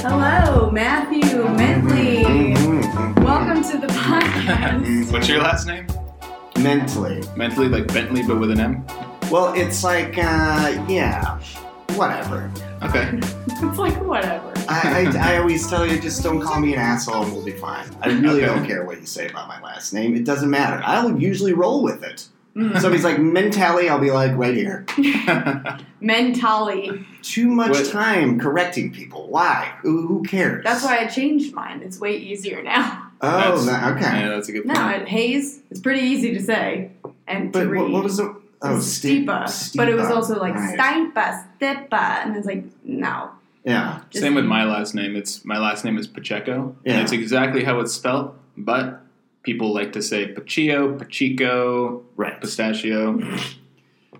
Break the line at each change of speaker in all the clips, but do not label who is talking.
Hello, Matthew Mentley.
Mm-hmm.
Welcome to the podcast.
What's your last name?
Mentally.
Mentally, like Bentley, but with an M.
Well, it's like, uh, yeah, whatever.
Okay.
it's like whatever.
I, I, I always tell you, just don't call me an asshole and we'll be fine. I really
Okay.
don't care what you say about my last name. It doesn't matter. I'll usually roll with it.
Mm.
So if he's like, mentally, I'll be like, right here.
Mentally.
Too much
What-
time correcting people. Why? Who, who cares?
That's why I changed mine. It's way easier now.
Oh,
That's-
that, okay.
Yeah, that's a good point.
No, it, Hayes. It's pretty easy to say and to
But
read.
what, what was the. Oh, Ste-
Steepa. But it was
Steepa.
also like
Right.
Steipa, Stepa, and it's like no.
Yeah.
Just-
Same with my last name. It's my last name is Pacheco.
Yeah.
And it's exactly how it's spelt, but people like to say Pacheco, Pachico,
Right.
Pistachio.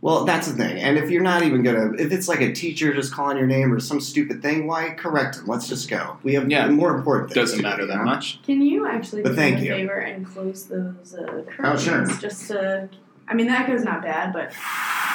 Well, that's the thing. And if you're not even gonna, if it's like a teacher just calling your name or some stupid thing, why correct them? Let's just go. We have
Yeah.
more important
It
things.
doesn't
to do,
matter
you
that
know?
much.
Can you actually
But
do
thank
me a
you.
favor and close those uh,
Oh,
curtains?
sure.
Just to, I mean, that goes not bad, but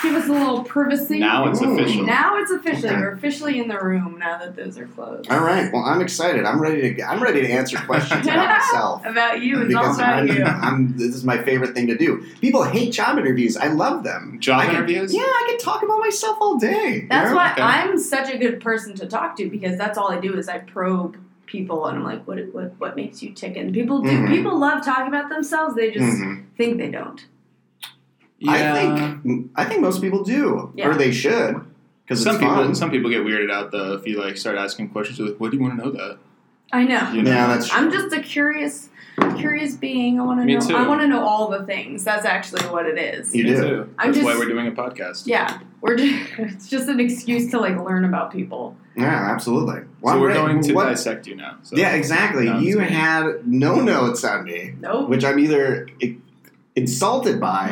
give us a little privacy.
Now it's
Ooh.
official.
Now it's officially
Okay.
we're officially in the room now that those are closed.
All right. Well, I'm excited. I'm ready to. I'm ready to answer questions about myself.
About you, it's all
Because
about
I'm,
you.
I'm- this is my favorite thing to do. People hate job interviews. I love them.
Job
I can-
interviews?
Yeah, I can talk about myself all day. you
That's
know?
why
okay.
I'm such a good person to talk to because that's all I do is I probe people and I'm like, what what what makes you tick? And people do
Mhm.
people love talking about themselves. They just
Mhm.
think they don't.
Yeah.
I think. I think most people do,
Yeah.
or they should, because
some
it's
people
fun.
some people get weirded out though if you like start asking questions like, What do you want to know that?
I know.
You know?
Yeah, that's true.
I'm just a curious, curious being. I want to
Me
know.
too.
I want to know all the things. That's actually what it is.
You
Me
do.
too.
I'm
That's why
just-
we're doing a podcast.
Yeah, we're just, it's just an excuse to like learn about people.
Yeah, absolutely. Well,
So
I'm
we're
ready.
going to
What-
dissect you now. So.
yeah, exactly.
Sounds
You
good.
had no notes on me,
Nope.
which I'm either i- insulted by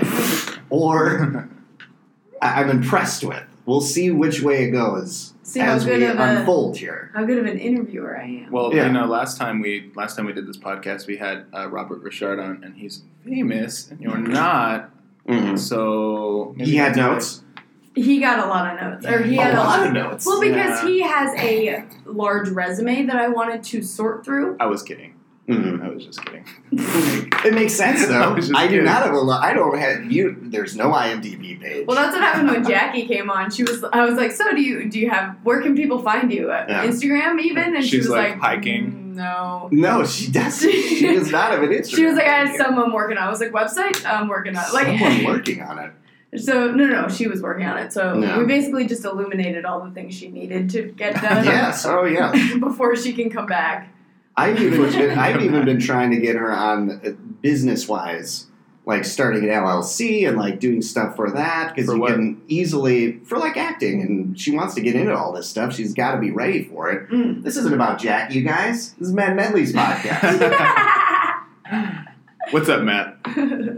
or I- I'm impressed with. We'll see which way it goes
See how
as
good
we
of a
unfold here.
how good of an interviewer I am.
Well,
Yeah.
you know, last time we last time we did this podcast, we had uh, Robert Richard on, and he's famous, and you're not. So
Mm-hmm.
maybe
He had
that's
notes.
he got a lot of notes, or he
a
had
lot of notes.
Well, because
Yeah.
he has a large resume that I wanted to sort through.
why- I was kidding.
Mhm.
I was just kidding.
It makes sense
I
though.
was just
I do
kidding.
not have a lot. I don't have you. There's no IMDb page.
Well, that's what happened when Jackie came on. She was, I was like, so do you? Do you have? Where can people find you? Uh,
Yeah.
Instagram, even? And she
She's
was
like,
like,
hiking.
"Mm, No.
no, she doesn't. she does not have an Instagram.
She was like, I
page.
had someone working on. it." I was like, website? I'm working on. it."
someone
Like,
working on it.
so no, no, she was working on it. So
Yeah.
we basically just illuminated all the things she needed to get done
Yes. Oh, yeah.
before she can come back.
I've even been, I've even been trying to get her on business wise, like starting an LLC and like doing stuff for that because
For
you
what?
can easily for like acting and she wants to get into all this stuff. She's got to be ready for it.
Mm.
This isn't about Jack, you guys. This is Matt Medley's podcast.
What's up, Matt?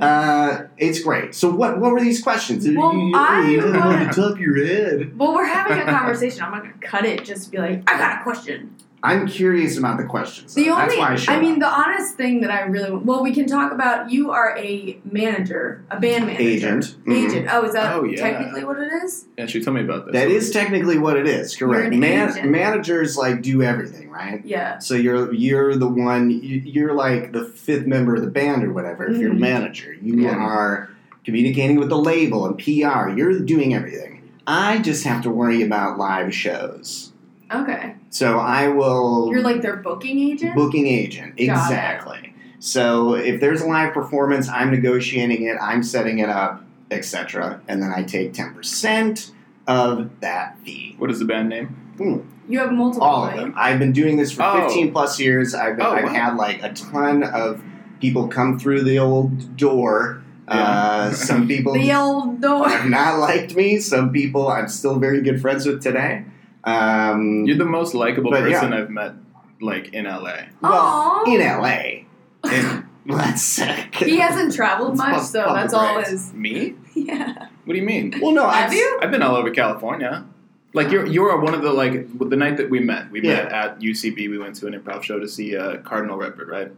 uh, it's great. So what what were these questions?
Well,
you,
I
you don't
wanna-
want to top your head.
well, we're having a conversation. I'm not gonna cut it. Just to be like, I got a question.
I'm curious about the questions.
The
though.
only,
That's why I, showed
mean,
up.
the honest thing that I really well, we can talk about. You are a manager, a band manager,
agent. Mhm.
agent. Oh, is that
Oh, yeah.
technically what it is?
Yeah, she told me about this.
That is technically what it is. Correct.
an
Man-
agent.
managers like do everything, right?
Yeah.
So you're you're the one you- you're like the fifth member of the band or whatever. If you're a
Mhm.
manager, you
Yeah.
are communicating with the label and PR. You're doing everything. I just have to worry about live shows.
Okay.
So I will
You're like their booking agent.
booking agent
Got it.
exactly. So if there's a live performance, I'm negotiating it, I'm setting it up, etc. And then I take ten percent of that fee.
What is the band name?
you have multiple.
All of
right?
them. I've been doing this for
Oh.
15 plus years. I've,
Oh,
I've
wow.
had like a ton of people come through the old door.
Yeah.
Uh, some people
The old
have
door.
not liked me. Some people I'm still very good friends with today. Um,
You're the most likable
But, yeah.
person I've met, like in LA.
well,
Aw.
in LA. And let's. uh,
He hasn't traveled
It's
much,
pump-
so
pump
that's
the
all
brakes.
is.
Me?
Yeah.
What do you mean?
Well, no,
Have
I've,
you?
I've been all over California. Like you're, you are one of the like the night that we met. We met at UCB. We went to an improv show to see uh, Cardinal Redford, right?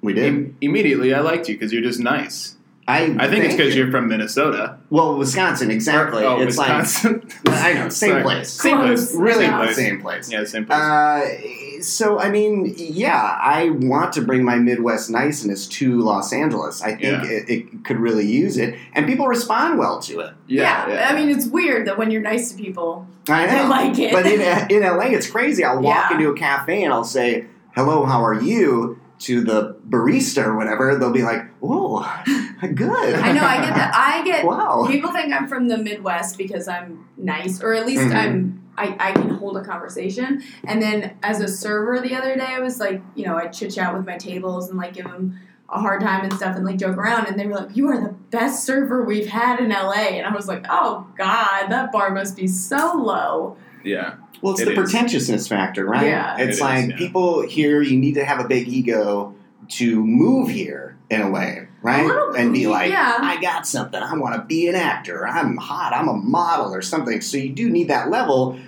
We did.
Im- immediately, I liked you because you're just nice.
I
I think it's because you're from Minnesota.
well, Wisconsin, exactly.
Oh,
it's
Wisconsin.
like I know, same
Sorry.
place,
Same place.
Close.
really
Same
Yeah.
place.
same place.
Yeah, same place.
Uh, so I mean, yeah, I want to bring my Midwest niceness to Los Angeles. I think
Yeah.
it, it could really use it, and people respond well to it.
yeah, yeah.
I mean, it's weird that when you're nice to people,
I
they
know,
like it.
but in in LA, it's crazy. I'll walk
Yeah.
into a cafe and I'll say, "Hello, how are you?" to the barista or whatever. They'll be like, "Oh, good."
I know. I get that. I get
Wow.
people think I'm from the Midwest because I'm nice, or at least
Mhm.
I'm. I, I can hold a conversation. And then as a server the other day, I was like, you know, I chit chat with my tables and like give them a hard time and stuff and like joke around. And they were like, you are the best server we've had in LA. And I was like, oh God, that bar must be so low.
yeah.
Well, it's
It
the
is.
pretentiousness factor, right?
Yeah.
It
It's
is,
like
yeah.
people here, you need to have a big ego to move here in a way, right?
A little-
and be like,
yeah.
I got something. I want to be an actor. I'm hot. I'm a model or something. So you do need that level.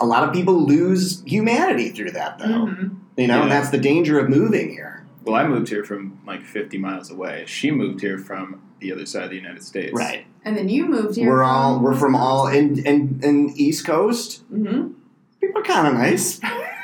A lot of people lose humanity through that, though.
Mhm.
You know, and
Yeah.
that's the danger of moving here.
Well, I moved here from like 50 miles away. She moved here from the other side of the United States.
Right.
And then you moved here.
We're all, we're from all, and, and, and East Coast,
hmm
people are kind of nice.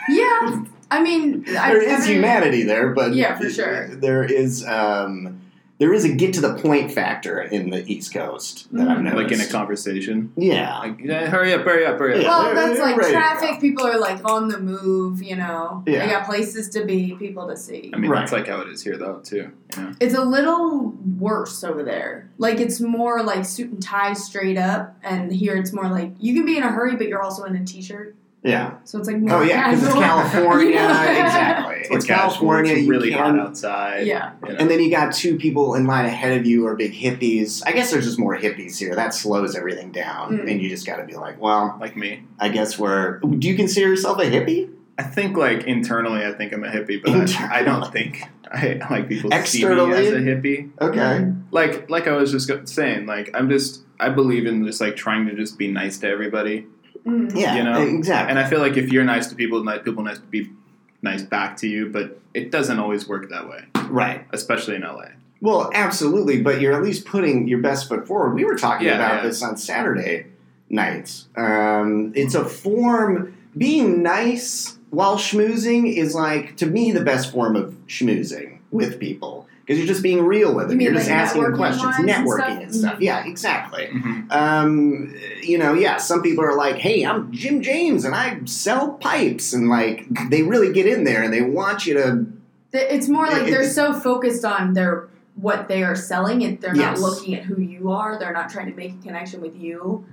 Yeah. I mean, I,
there is
every-
humanity there, but
Yeah, for sure.
There is um, there is a get to the point factor in the East Coast that I've
Mhm.
noticed.
Mm-hmm. Like in a conversation.
yeah,
Like, yeah, hurry up, hurry up, hurry up.
Yeah.
Well,
they're-
that's
they're
like
ready to
traffic. People are like on the move, you know.
Yeah.
They got places to be, people to see.
I mean, that's
Right.
like how it is here, though, too. You know?
It's a little worse over there. Like it's more like suit and tie straight up, and here it's more like you can be in a hurry, but you're also in a t-shirt.
yeah.
So it's like more
Oh yeah, because it's
casual.
California.
You know?
exactly,
We're
it's
casual,
California.
It's
you
really
can-
hot outside.
Yeah.
you know.
and then you got two people in line ahead of you, or big hippies. I guess there's just more hippies here. That slows everything down,
Mm.
and you just got to be like, well,
like me.
I guess we're. Do you consider yourself a hippie?
I think like internally, I think I'm a hippie, but I, I don't think I like people
Externally?
see me as a hippie.
Mm.
Okay.
Like, like I was just go- saying, like I'm just I believe in just like trying to just be nice to everybody,
Mm.
Yeah.
You know,
exactly.
and I feel like if you're nice to people, nice people nice to be nice back to you, but it doesn't always work that way,
right.
especially in LA.
Well, absolutely, but you're at least putting your best foot forward. We were talking
Yeah,
about
yeah.
this on Saturday nights. Um, it's a form being nice while schmoozing is like to me the best form of schmoozing with people because you're just being real with
You
them.
mean
are just
like
asking
networking
questions,
wise and
networking
stuff?
and stuff.
Mhm.
Yeah, exactly. Um, you know, yeah, some people are like, "Hey, I'm Jim James and I sell pipes," and like they really get in there and they want you to
Th- It's more like
It-
they're
it's-
so focused on their what they are selling, and they're not
Yes.
looking at who you are. They're not trying to make a connection with you.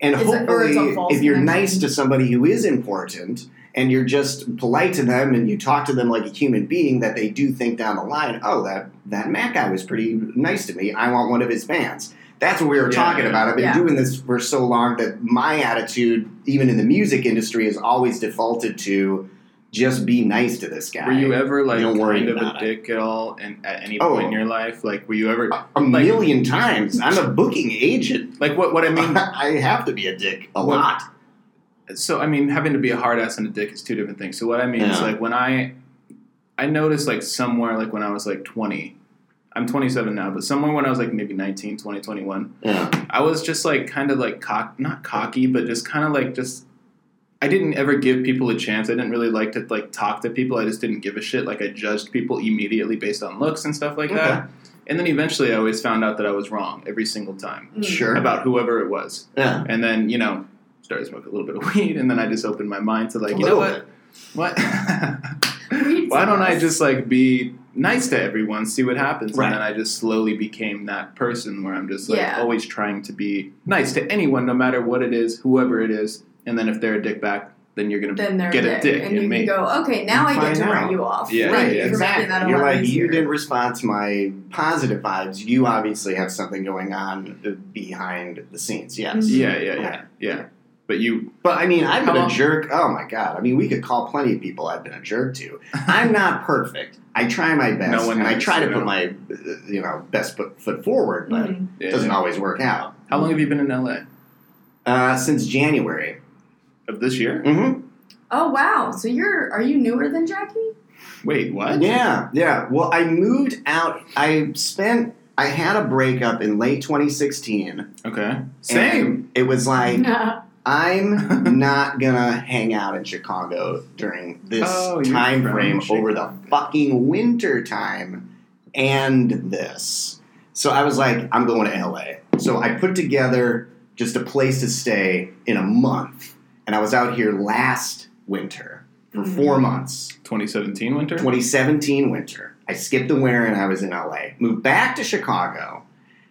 And
Is it- or
hopefully,
it's a false
if you're
connection?
nice to somebody who is important and you're just polite to them and you talk to them like a human being, that they do think down the line, oh, that, that Mac guy was pretty nice to me. I want one of his bands. That's what we were
Yeah,
talking
yeah.
about. I've been
Yeah.
doing this for so long that my attitude, even in the music industry, is always defaulted to just be nice to this guy.
Were you ever like
Don't worry
kind of a
about
dick at all, and at any
Oh.
point in your life, like were you ever
a
like-
million times. I'm a booking agent.
like what? What I mean,
I have to be a dick a
Well,
lot.
so I mean, having to be a hard ass and a dick is two different things. So what I mean is
Yeah.
like when I, I noticed like somewhere like when I was like 20, I'm 27 now, but somewhere when I was like maybe 19, 20, 21,
Yeah.
I was just like kind of like cock, not cocky, but just kind of like just. I didn't ever give people a chance. I didn't really like to like talk to people. I just didn't give a shit. Like I judged people immediately based on looks and stuff like that. And then eventually, I always found out that I was wrong every single time
Mm.
Sure.
about whoever it was
yeah.
and then you know started smoking a little bit of weed and then i just opened my mind to like
A
you know
little
what what
Read
why don't i
something
just like be nice to everyone see what happens
Right.
and then i just slowly became that person where i'm just like
Yeah.
always trying to be nice to anyone no matter what it is whoever it is and then if they're a dick back then you're gonna
then they're
get
there.
a dick
and
in
you
me
can go okay now
You
i get to
find out.
write you off
Yeah,
Thank
right,
you for making
exactly.
that a
You're
lot
like,
easier.
you didn't respond to my positive vibes. You obviously have something going on uh, behind the scenes. Yes.
Mhm.
yeah yeah yeah yeah but you
But I mean, I've been
How
a
long-
jerk. Oh my God. I mean, we could call plenty of people I've been a jerk to. I'm not perfect. I try my best.
No one
and I
is,
try to
you
put
know.
my, uh, you know, best foot, foot forward, but
Mhm.
it doesn't
yeah.
always work out.
how long have you been in la
Uh, since January.
of this year
hmm
oh wow so you're are you newer than jackie
wait what
Yeah. Yeah. Well, I moved out. I spent I had a breakup in late 2016. and
Okay. Same.
It was like
No.
I'm not gonna hang out in Chicago during this
Oh, you're
time
from
frame
Chicago.
over the fucking winter time and this. So I was like, I'm going to LA. So I put together just a place to stay in a month. And I was out here last winter for
Mhm.
four
Mm-hmm.
months.
2017 winter.
2017 winter. I skipped the winter and I was in LA. Moved back to Chicago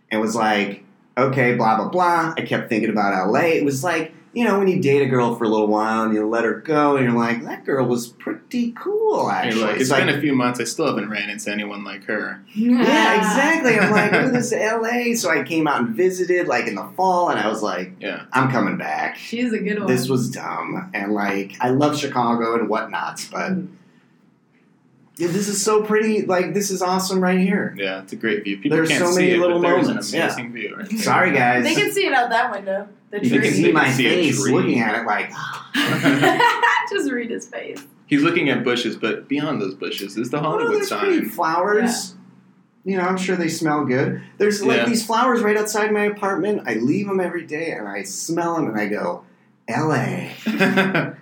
and was like, okay, blah, blah, blah. I kept thinking about LA. It was like, you know, when you date a girl for a little while and you let her go and you're like, that girl was pretty cool,
You're
actually.
like,
It's
it's
like-
been a few months. I still haven't ran into anyone like her.
yeah, exactly. I'm like, oh, this is LA. So I came out and visited like in the fall and I was like,
Yeah.
I'm coming back.
She's a good one.
This was dumb. And like, I love Chicago and whatnot, but
Mm.
yeah, this is so pretty. Like, this is awesome right here.
Yeah, it's a great view. People
There's
can't
so
see
many
it,
little
but there's
moments,
an
yeah.
amazing view. Right there.
Sorry, guys.
Hmm. They can see it out that window. The
You
you can
can-
tree.
see
you
my
can see a
face
tree.
looking at it like,
Just read his face.
He's looking at bushes, but beyond those bushes is the
oh,
Hollywood
there's pretty
sign.
flowers. You know, I'm sure they smell good. There's like
Yeah.
these flowers right outside my apartment. I leave them every day and I smell them and I go, LA.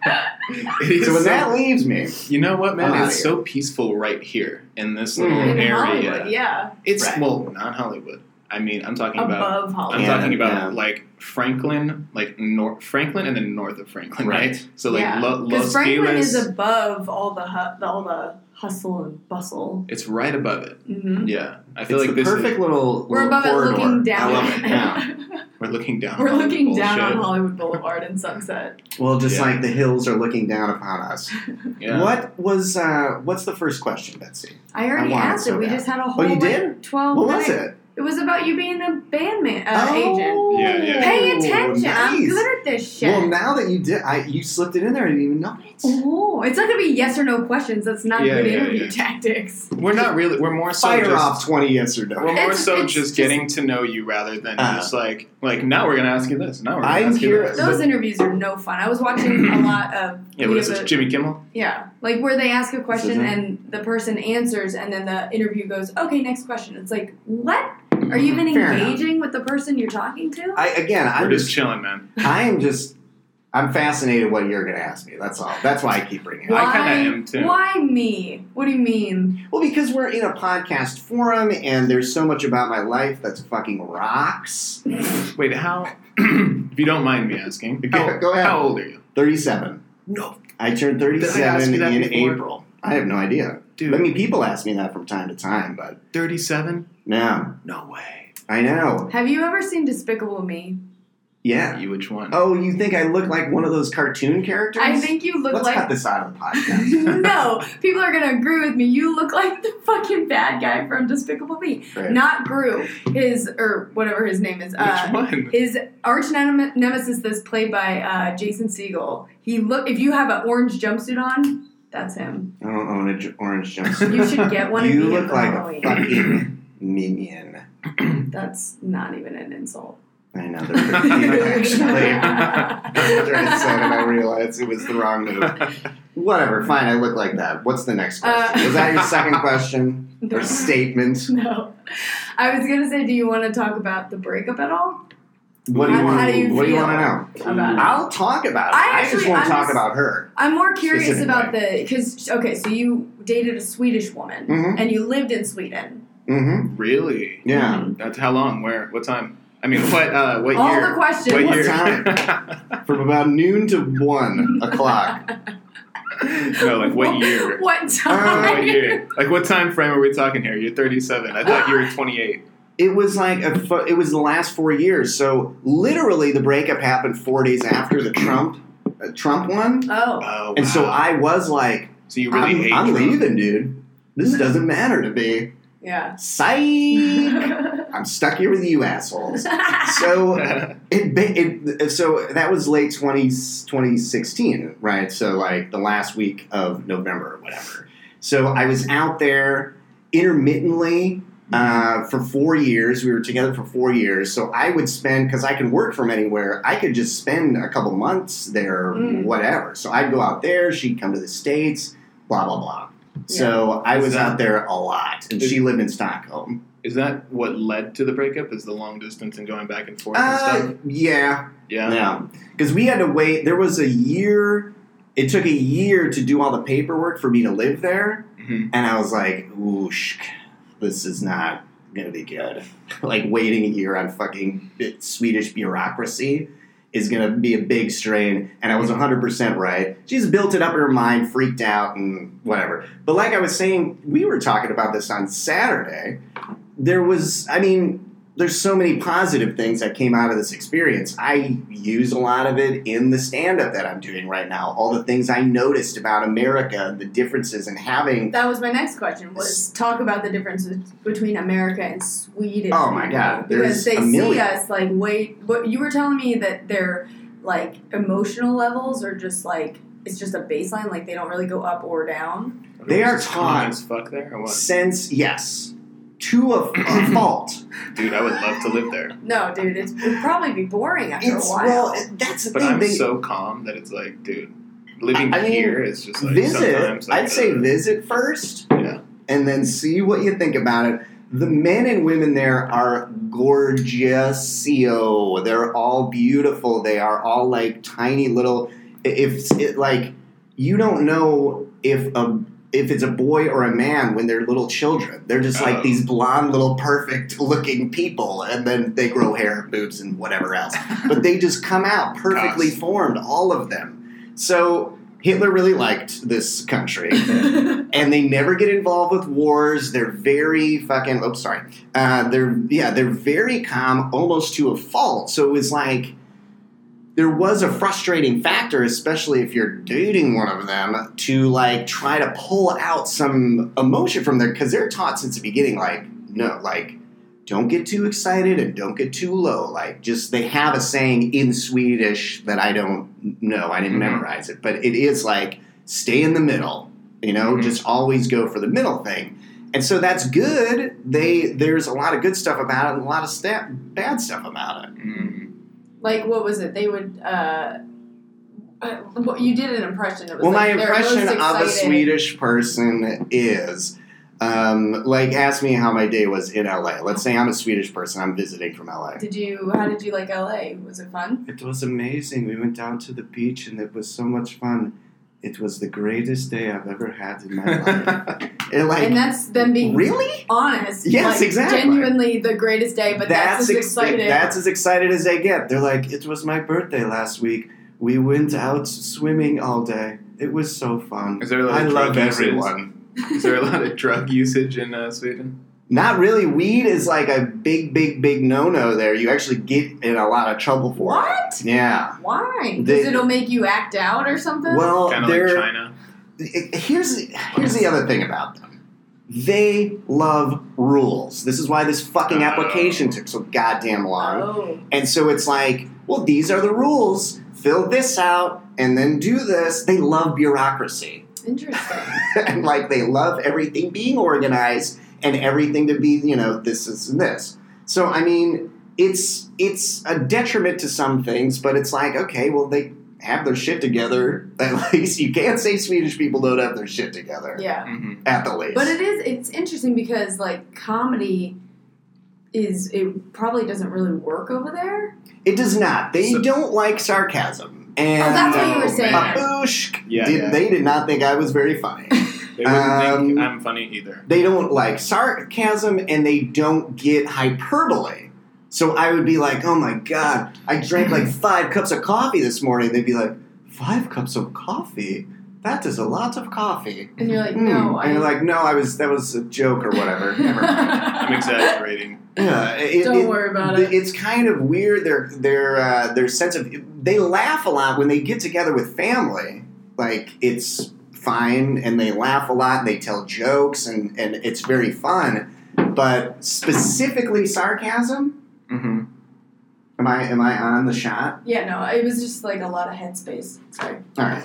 It is
So when
so-
that leaves me,
you know what, man?
I'm outta
it's
here.
so peaceful right here in this little
Mhm.
In
area.
Hollywood, yeah.
It's
Right.
well, not Hollywood. I mean, I'm talking about.
Above
I'm
Hollywood.
Yeah,
talking about
yeah.
like Franklin, like North Franklin, and then north of Franklin,
Right.
right? So like
Yeah.
Lo- Los
Franklin
Feliz,
is above all the, hu- the all the hustle and bustle.
it's right above it.
hmm
Yeah, I
it's
feel
the
like this is-
perfect little,
We're
little
above
corridor.
it, looking
I
down.
love it. Yeah.
we're looking down.
We're
on the
looking down on
bullshit.
Hollywood Boulevard and Sunset.
Well, just
Yeah.
like the hills are looking down upon us.
Yeah.
What was uh, what's the first question, Betsy?
I already
want it
asked
so
it. We
bad.
just had a
Oh,
whole
you
like,
did?
twelve.
what was
minute-
it?
It was about you being a bandman uh, agent.
oh,
Yeah, yeah.
Pay attention. I'm
nice.
good at this shit.
Well, now that you did, I, you slipped it in there. I didn't even know it.
Oh, it's not gonna be yes or no questions. That's not
Yeah,
good
yeah,
interview
yeah.
tactics.
We're not really. We're more so
Fire
just.
off twenty yes or
We're
no.
more
It's-
so
it's
just
just-
getting to know you rather than
Uh-huh.
just like like now we're gonna ask you this. Now we're gonna
I'm
ask
here-
you this.
Those interviews are no fun. I was watching a lot of
yeah, what
we
is
have
it?
a-
Jimmy Kimmel?
yeah, like where they ask a question
isn't-
and the person answers, and then the interview goes, "Okay, next question." It's like, what? Are you even
Mm-hmm. Fair enough.
engaging with the person you're talking to?
I again,
We're
I'm
just,
just,
chilling, man.
I am just, I'm fascinated what you're going to ask me. That's all. That's why I keep bringing it.
why?
up.
I kinda am too.
Why me? What do you mean?
Well, because we're in a podcast forum, and there's so much about my life that's fucking rocks.
Wait, how? if you don't mind me asking, how,
Oh, Go ahead.
how old are you?
Thirty-seven.
No,
I turned
Did I ask
thirty-seven
you that
in
before?
April. I have no idea.
dude,
I mean, people ask me that from time to time, but
thirty-seven.
no,
No way.
I know.
Have you ever seen Despicable Me?
Yeah.
You which one?
Oh, you think I look like one of those cartoon characters?
I think you look
Let's
like
cut this out of the podcast.
no, people are gonna agree with me. You look like the fucking bad guy from Despicable Me.
Right.
Not Gru, his or whatever his name is.
which
Uh,
one?
his arch nem- nemesis that's played by uh, Jason Segel. He look if you have an orange jumpsuit on, that's him.
I don't own an orange jumpsuit.
You should get one.
you
and be
look
him for
like
Halloween.
a fucking minion.
That's not even an insult.
I know they're actually. After I said it, I realized it was the wrong move. Whatever, fine. I look like that. What's the next question?
Uh,
Was that your second question or
No.
statement?
no, I was gonna say, do you want to talk about the breakup at all?
What do you
How-
want?
how do you
what do you
feel
want to know?
About
Mm.
it?
I'll talk about it.
I
just
actually-
won't
I'm
talk
just-
about her.
I'm more curious
Specifically.
about the because okay, so you dated a Swedish woman
Mhm.
and you lived in Sweden.
Mm-hmm.
really?
Yeah.
That's how long? Where? What time? I mean, what? Uh, what
All
year?
the questions.
What
What
year?
From about noon to one o'clock.
no, like what year?
What
Uh,
time?
what year? Like what time frame are we talking here? You're 37. I thought you were 28.
It was like a fu- it was the last four years. So literally, the breakup happened four days after the Trump uh, Trump one.
Oh,
Oh,
And so
wow.
I was like,
So you really
I'm,
hate
I'm
Trump.
leaving, dude. This doesn't matter to me.
yeah.
Psych. I'm stuck here with you assholes. So it, ba- it so that was late 20, 2016, right? So like the last week of November or whatever. So I was out there intermittently uh, for four years. We were together for four years. So I would spend because I can work from anywhere. I could just spend a couple months there,
Mm.
whatever. So I'd go out there. She'd come to the states. Blah blah blah. So I was out there a lot, and
Is-
she lived in Stockholm.
Is that what led to the breakup? Is the long distance and going back and forth and
Uh,
stuff?
yeah,
Yeah.
yeah. Because we had to wait. There was a year. It took a year to do all the paperwork for me to live there,
Mhm.
and I was like, "Oosh, this is not gonna be good." like waiting a year on fucking bit- Swedish bureaucracy is gonna be a big strain. And I was 100 percent right. She's built it up in her mind, freaked out, and whatever. But like I was saying, we were talking about this on Saturday. There was, I mean, there's so many positive things that came out of this experience. I use a lot of it in the stand up that I'm doing right now. All the things I noticed about America, the differences in having
That was my next question. Was talk about the differences between America and Sweden.
Oh my
Because
God, there's
they
a
see
million.
us like wait. But you were telling me that their like emotional levels are just like it's just a baseline. Like they don't really go up or down.
They are
Just calm
taught-
as fuck there. Or what?
sense, yes, to a, a fault.
Dude, I would love to live there,
No, dude, it's, it'd probably be boring after
It's
a while.
well, that's the
but
thing.
I'm
they,
so calm that it's like, dude, living
I- I mean,
here is just like
visit.
sometimes. Like,
I'd say
uh,
visit first,
Yeah.
and then see what you think about it. The men and women there are gorgeous. E They're all beautiful. They are all like tiny little. If it, like you don't know if a if it's a boy or a man when they're little children, they're just
Oh.
like these blonde little perfect looking people, and then they grow hair, boobs, and whatever else. but they just come out perfectly
Gosh.
formed, all of them. So Hitler really liked this country and they never get involved with wars. They're very fucking. Oh, sorry. Uh, they're yeah, they're very calm, almost to a fault. So it was like there was a frustrating factor, especially if you're dating one of them, to like try to pull out some emotion from there because they're taught since the beginning, like no, like. Don't get too excited and don't get too low. Like, just they have a saying in Swedish that I don't know. I didn't
Mhm.
memorize it, but it is like stay in the middle you know
Mm-hmm.
Mhm.
just always go for the middle thing and so that's good they there's a lot of good stuff about it and a lot of sta- bad stuff about it
mm,
like what was it? They would. Uh, uh, what- you did an impression. It was
well my
like, they're most
impression of a
excited.
swedish person is um, like ask me how my day was in la let's say i'm a swedish person i'm visiting from la
Did you? How did you like LA? Was it fun?
It was amazing. We went down to the beach and it was so much fun. It was the greatest day I've ever had in my
Mm.
life. and like,
and that's them being
really?
honest.
Yes,
like,
exactly.
Genuinely the greatest day, but that's, as
ex-
exciting.
That's as excited as they get. They're like, it was my birthday last week. We went out swimming all day. It was so fun.
Is there, like,
I love
drug usage?
everyone.
is there a lot of drug usage in uh, Sweden?
Not really. Weed is like a big, big, big no-no there. You actually get in a lot of trouble for
what?
it. Yeah.
Why? Because
They-
it'll make you act out or something.
Well,
Kind of
they're
like China.
here's here's the other thing about them. They love rules. This is why this fucking
Oh.
application took so goddamn long.
oh,
And so it's like, well, these are the rules. Fill this out and then do this. They love bureaucracy.
interesting.
and like they love everything being organized and everything to be, you know, this is and this. So I mean, it's it's a detriment to some things, but it's like, okay, well they have their shit together. At least you can't say Swedish people don't have their shit together.
yeah,
hmm
At the least.
but it is. It's interesting because like comedy is it probably doesn't really work over there.
It does not. They
So-
don't like sarcasm. And
Oh, that's what you were
Oh,
saying.
man.
Baboosh
Yeah,
did-
yeah.
they did not think I was very funny.
They wouldn't think
Um,
I'm funny either.
they don't like sarcasm and they don't get hyperbole. So I would be like, oh my God, I drank like five cups of coffee this morning. They'd be like, five cups of coffee? That is a lot of coffee.
And you're like,
Hmm.
no, I
and you're like, no, I was that was a joke or whatever. Never mind.
I'm exaggerating.
Yeah, it,
Don't
it-
worry about
the-
it.
It's kind of weird. Their their uh, their sense of they laugh a lot when they get together with family. Like it's fine, and they laugh a lot. And they tell jokes, and and it's very fun. But specifically sarcasm. Mm-hmm.
hmm
Am I am I on the shot?
Yeah, no, it was just like a lot of headspace. Sorry.
All right.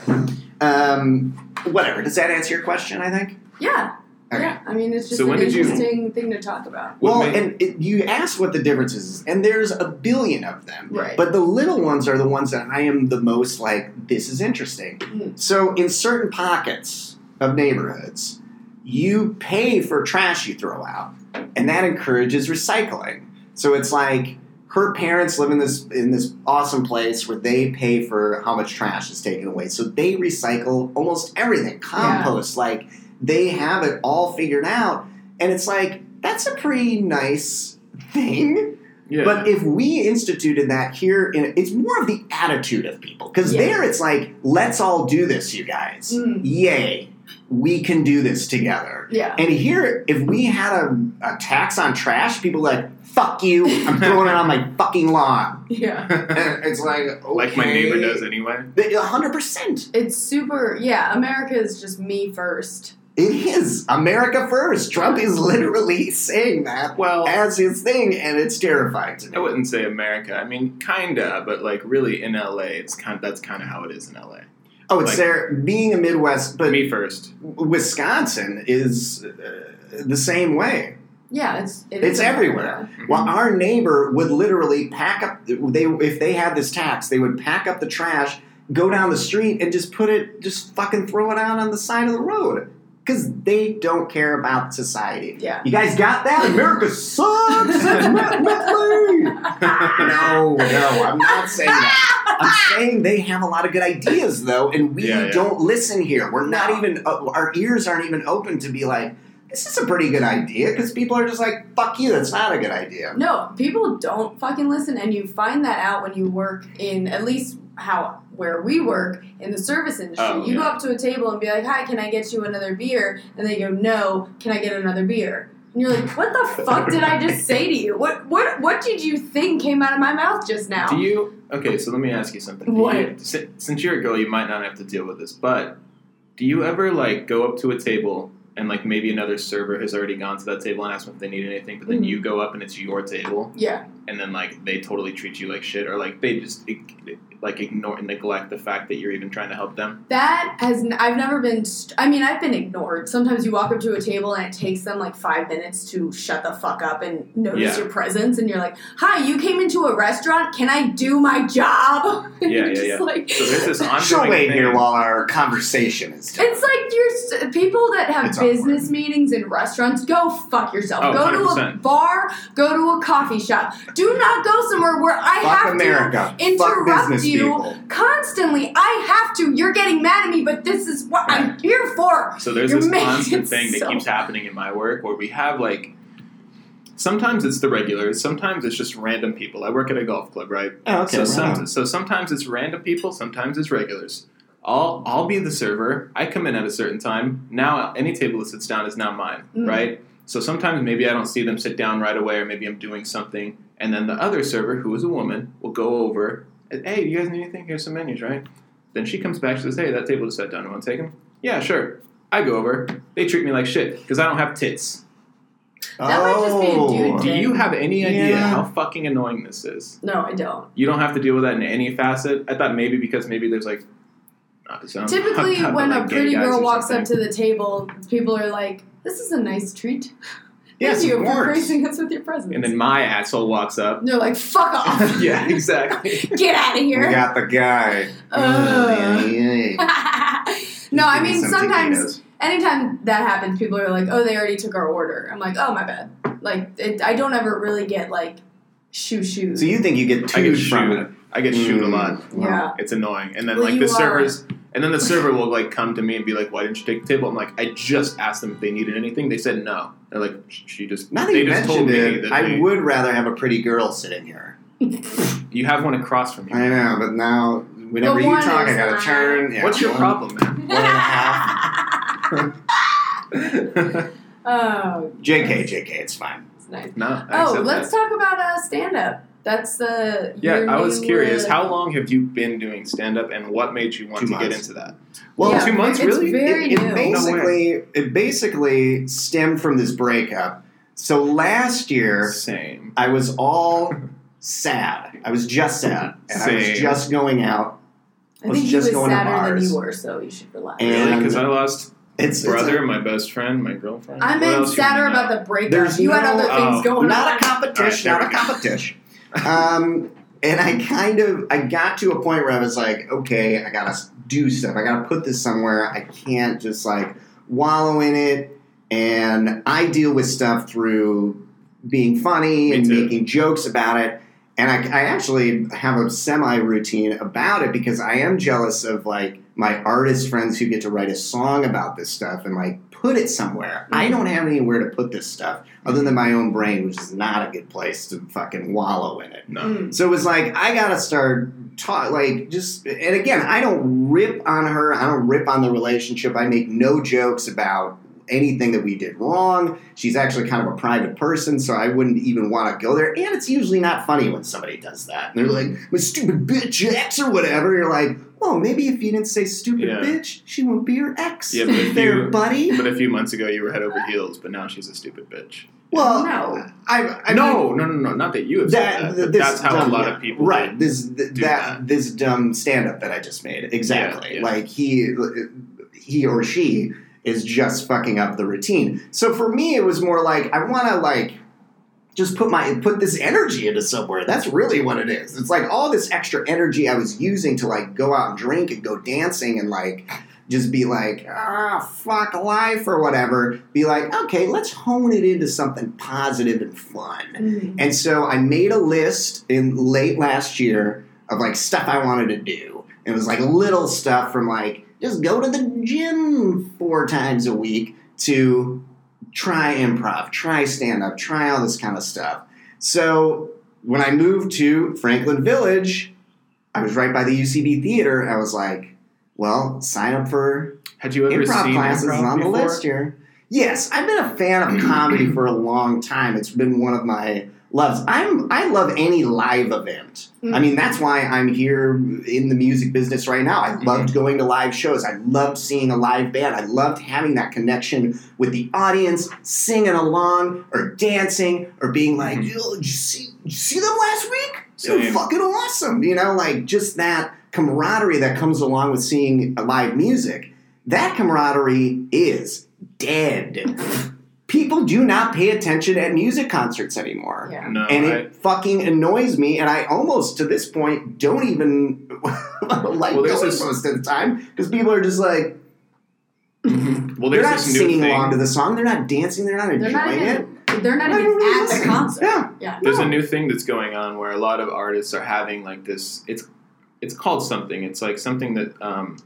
Um, whatever. Does that answer your question? I think.
Yeah,
Okay.
yeah. I mean, it's just
So
an
when did you-
interesting thing to talk about.
What
Well,
made-
and it, you asked what the difference is, and there's a billion of them.
Right.
But the little ones are the ones that I am the most like, this is interesting.
Mm.
So, in certain pockets of neighborhoods, you pay for trash you throw out, and that encourages recycling. So it's like her parents live in this in this awesome place where they pay for how much trash is taken away. So they recycle almost everything, compost, like they have it all figured out. And it's like that's a pretty nice thing.
Yeah.
But if we instituted that here, in, it's more of the attitude of people. Because
Yeah.
there it's like, let's all do this, you guys.
Mm.
Yay. We can do this together.
Yeah.
And here, if we had a, a tax on trash, people like, fuck you, I'm throwing it on my fucking lawn.
Yeah.
And it's like, okay.
like my neighbor does anyway.
They- 100%.
It's super. Yeah. America is just me first.
It is. America first. Trump is literally saying that
Well,
as his thing, and it's terrifying to me.
I wouldn't say America. I mean, kinda, but like really in LA, it's kind. That's kind of how it is in LA.
Oh, it's
like-
there being a Midwest, but
Me first.
Wisconsin is uh, the same way.
Yeah. It's it
It's
is
everywhere. Well,
Mm-hmm.
our neighbor would literally pack up. They if they had this tax, they would pack up the trash, go down the street, and just put it, just fucking throw it out on the side of the road because they don't care about society.
Yeah.
You guys got that? America sucks. It's Matt Whitley. no, no, I'm not saying that. I'm saying they have a lot of good ideas though, and we
Yeah, yeah.
don't listen here. We're not
No.
even uh, our ears aren't even open to be like, this is a pretty good idea because people are just like, fuck you, that's not a good idea.
Ah! No, people don't fucking listen, and you find that out when you work in at least how where we work in the service industry.
Oh,
you go
yeah.
up to a table and be like, "Hi, can I get you another beer?" And they go, "No, can I get another beer?" And you're like, "What the fuck did I just say to you? What what what did you think came out of my mouth just now?"
Do you? Okay, so let me ask you something. Do
What?
you- si- since you're a girl, you might not have to deal with this, but do you ever like go up to a table and like maybe another server has already gone to that table and asked them if they need anything, but then
Mhm.
you go up and it's your table,
yeah,
and then like they totally treat you like shit, or like they just ig- like ignore and neglect the fact that you're even trying to help them.
that has n- I've never been. St- I mean, I've been ignored. Sometimes you walk up to a table and it takes them like five minutes to shut the fuck up and notice
Yeah.
your presence, and you're like, "Hi, you came into a restaurant. Can I do my job?" And
Yeah,
you're
yeah,
just
yeah.
Like,
So there's this ongoing
She'll wait
thing.
here while our conversation is done.
it's like you're st- people that have
It's awkward.
business meetings in restaurants. Go fuck yourself.
Oh,
go to a
100%.
bar. Go to a coffee shop. Do not go somewhere where I
fuck
have
America.
to
fuck
interrupt
business
you
people.
constantly. I have to. You're getting mad at me, but this is what I'm here for.
So there's
You're
this
making
constant
it
thing that
so-
keeps happening in my work where we have like sometimes it's the regulars, sometimes it's just random people. I work at a golf club, right?
Oh, okay.
so,
right
some-
on.
so sometimes it's random people, sometimes it's regulars. I'll I'll be the server. I come in at a certain time. Now any table that sits down is now mine,
Mm.
right? So sometimes maybe I don't see them sit down right away, or maybe I'm doing something, and then the other server, who is a woman, will go over. and, Hey, you guys need anything? Here's some menus, right? Then she comes back. She says, Hey, that table just sat down. You want to take them? Yeah, sure. I go over. They treat me like shit because I don't have tits.
That might just be a
oh.
dude
Do
thing.
you have any idea
Yeah.
how fucking annoying this is?
No, I don't.
You don't have to deal with that in any facet. I thought maybe because maybe there's like. not to sound-
Typically,
not to,
when
like,
a
gay
pretty
guys
girl
or
walks
something.
up to the table, people are like, "This is a nice treat.
Yes,
Thank you
of
for
course.
gracing us with your presence."
And then my asshole walks up.
they're like, "Fuck off.
yeah, exactly.
Get out of
We
here."
got the guy.
Ugh.
Oh, yeah, yeah.
no, I mean
Some
sometimes
taquitos.
anytime that happens, people are like, "Oh, they already took our order." I'm like, "Oh, my bad." Like, it, I don't ever really get like shoo shoos.
So you think you get
I
two
get
from
shoot.
it?
I get shoot a lot.
Mm, well,
Yeah.
It's annoying. And then
Well,
like
you
the
are-
servers, and then the server will like come to me and be like, "Why didn't you take the table?" I'm like, "I just asked them if they needed anything. They said no. They're like, she just
Now that
they
you
just told
mentioned
me
it,
that
I
they-
would rather have a pretty girl sitting here.
you have one across from you.
I know, but now whenever
The
you
one
talk, I
is
gotta
mine.
turn. Yeah,
What's your
one-
problem, man?
One and a half.
oh,
JK, JK, it's fine.
it's nice.
no. I
Oh,
accept
let's
that.
talk about uh, stand up. That's the
Yeah,
your
I was
new,
curious.
uh,
How long have you been doing stand up, and what made you want
Two
to get
months.
into that?
Well,
Yeah,
two months,
it's
really?
Very
it, it
new.
basically it basically stemmed from this breakup. So last year,
Same.
I was all sad. I was just sad, and I
Same.
was just going out.
I
was
think
just
he was
going to
sadder than
bars.
you were, so you should relax.
And-
Really? Because I lost
It's it's a-
brother, my best friend, my girlfriend.
I
What
meant
else you
sadder
wanna know?
about the breakup.
There's
you had
no- um,
other things
oh,
going
not a
on.
competition,
All
not
right,
a
there
competition. um, and I kind of I got to a point where I was like, okay, I gotta do stuff. I gotta put this somewhere. I can't just like wallow in it and I deal with stuff through being funny
Me
and
too.
making jokes about it. And I, I actually have a semi routine about it because I am jealous of like my artist friends who get to write a song about this stuff and like put it somewhere. I don't have anywhere to put this stuff other than my own brain, which is not a good place to fucking wallow in it.
No.
Mm.
So it was like I gotta start ta like just and again I don't rip on her. I don't rip on the relationship. I make no jokes about anything that we did wrong. She's actually kind of a private person, so I wouldn't even want to go there. And it's usually not funny when somebody does that. And they're like, "My stupid bitch ex" or whatever. You're like, "Well, maybe if you didn't say stupid
Yeah.
bitch, she won't be your ex."
Yeah, but if
there,
you-
buddy.
But a few months ago, you were head over heels, but now she's a stupid bitch.
Well,
No.
I, I mean-
no, no, no, no. Not that you have said that,
th-
but
this
that's how
dumb-
a lot
yeah,
of people.
right this th-
do
that, this dumb stand up that I just made exactly
yeah.
like he he or she is just fucking up the routine. So for me, it was more like I want to like just put my put this energy into somewhere. That's really what it is. It's like all this extra energy I was using to like go out and drink and go dancing and like just be like ah fuck life or whatever. Be like okay, let's hone it into something positive and fun.
Mhm.
And so I made a list in late last year of like stuff I wanted to do. And it was like little stuff from like just go to the gym four times a week to try improv, try stand up, try all this kind of stuff. So when I moved to Franklin Village, I was right by the UCB theater. I was like, well, sign up for
Had you ever
improv
seen
classes
improv
is on the
before?
list here. Yes, I've been a fan of comedy for a long time. It's been one of my loves. I'm I love any live event. I mean, that's why I'm here in the music business right now. I loved going to live shows. I loved seeing a live band. I loved having that connection with the audience, singing along or dancing or being like,
Mhm.
"Yo, did you see, did you see them last week? So
Same.
fucking awesome." You know, like just that camaraderie that comes along with seeing live music. That camaraderie is dead. People do not pay attention at music concerts anymore
Yeah.
No,
and
I,
it fucking annoys me. And I almost to this point don't even like
Well, there's
going
this-
most of the time because people are just like
well,
they're
there's
not
this new
singing
thing.
along to the song, they're not dancing, they're not
They're
enjoying
not
it.
even, they're not
Not
even
really
at the
listening.
concert.
Yeah.
Yeah.
There's a
No.
new thing that's going on where a lot of artists are having like this. It's it's called something. It's like something that um,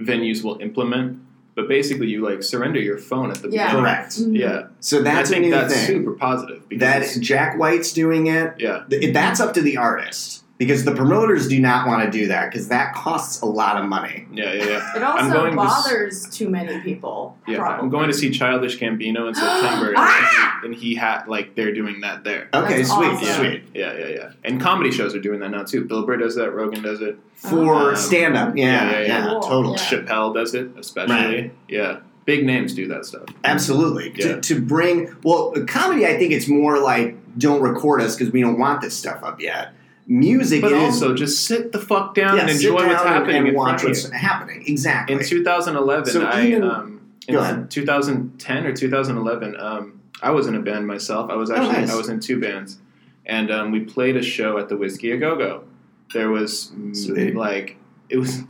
venues will implement. But basically, you like surrender your phone at the
Yeah.
beginning.
Correct.
Mhm.
Yeah,
So that's
I think
a new
that's
thing.
super positive.
That
Because,
Jack White's doing it.
yeah,
Th- That's up to the artist because the promoters do not want to do that because that costs a lot of money.
yeah, yeah, yeah.
It
I'm going
also
to-
bothers too many people.
Yeah,
probably.
I'm going to see Childish Gambino in September, and,
Ah!
he, and he had like they're doing that there.
Okay,
That's
sweet,
awesome.
Yeah,
sweet.
yeah, yeah, yeah. And comedy shows are doing that now too. Bill Burr does that. Rogan does it.
For
Um,
stand up, yeah,
yeah, yeah, yeah.
Cool.
totally.
Yeah.
Chappelle does it, especially. Yeah, big names do that stuff.
Absolutely.
Yeah.
To, to bring, well, comedy, I think it's more like don't record us because we don't want this stuff up yet. Music
But
is.
also, just sit the fuck down
yeah,
and
sit
enjoy
down
what's
and-
happening
and
in front
watch
of you.
what's happening. Exactly.
In 2011,
So
I
even-
um,
Go
in
ahead.
2010 or 2011, um, I was in a band myself. I was actually
Oh, nice.
I was in two bands, and um, we played a show at the Whiskey A Go Go. There was mm,
Sweet.
like it was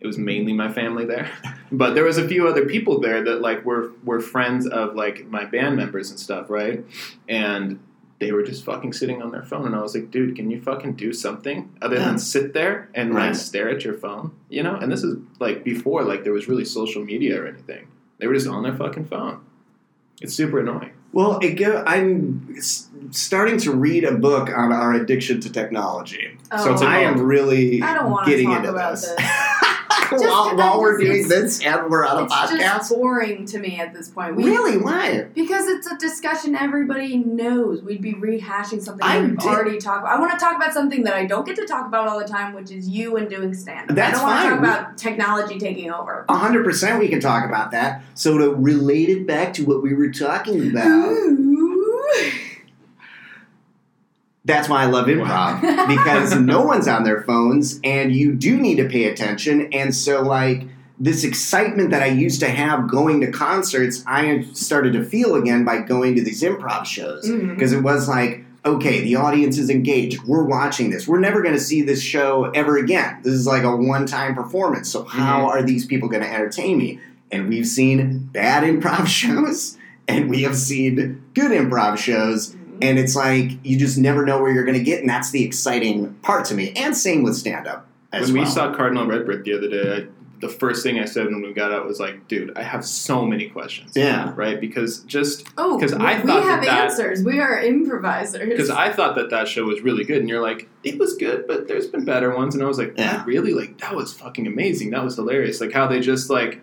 it was mainly my family there, but there was a few other people there that like were were friends of like my band members and stuff, right? And they were just fucking sitting on their phone, and I was like, dude, can you fucking do something other
Yeah.
than sit there and like
Right.
stare at your phone, you know? And this is like before like there was really social media or anything. They were just on their fucking phone. It's super annoying.
well, it go, I'm s- starting to read a book on our addiction to technology.
Oh.
So it's a
I am
novel.
really
I don't wanna
getting
talk
into
about
this.
this.
while
because
while we're
it's-
doing this and we're on a
it's just
podcast?
boring to me at this point. We,
Really? Why?
Because it's a discussion everybody knows. We'd be rehashing something
I
that we've
did-
already talked about. I want to talk about something that I don't get to talk about all the time, which is you and doing stand up. I
That's
don't want to
fine.
talk about technology taking over.
100% we can talk about that. So to relate it back to what we were talking about. That's why I love improv
Wow.
because no one's on their phones and you do need to pay attention. And so, like, this excitement that I used to have going to concerts, I started to feel again by going to these improv shows
Mhm.
because it was like, okay, the audience is engaged. We're watching this. We're never going to see this show ever again. This is like a one time performance. So, how are these people going to entertain me? And we've seen bad improv shows. and we have seen good improv shows
Mhm.
and it's like you just never know where you're going to get, and that's the exciting part to me. And same with stand up as
When we
well.
saw Cardinal Redbrick the other day, I, the first thing I said when we got out was like, "Dude, I have so many questions."
Yeah.
Right? Because just
Oh,
'Cause I
we
thought
have
that that-
answers. We are improvisers.
because I thought that that show was really good, and you're like, "It was good, but there's been better ones," and I was like,
Yeah.
"That really like that was fucking amazing. That was hilarious. Like how they just like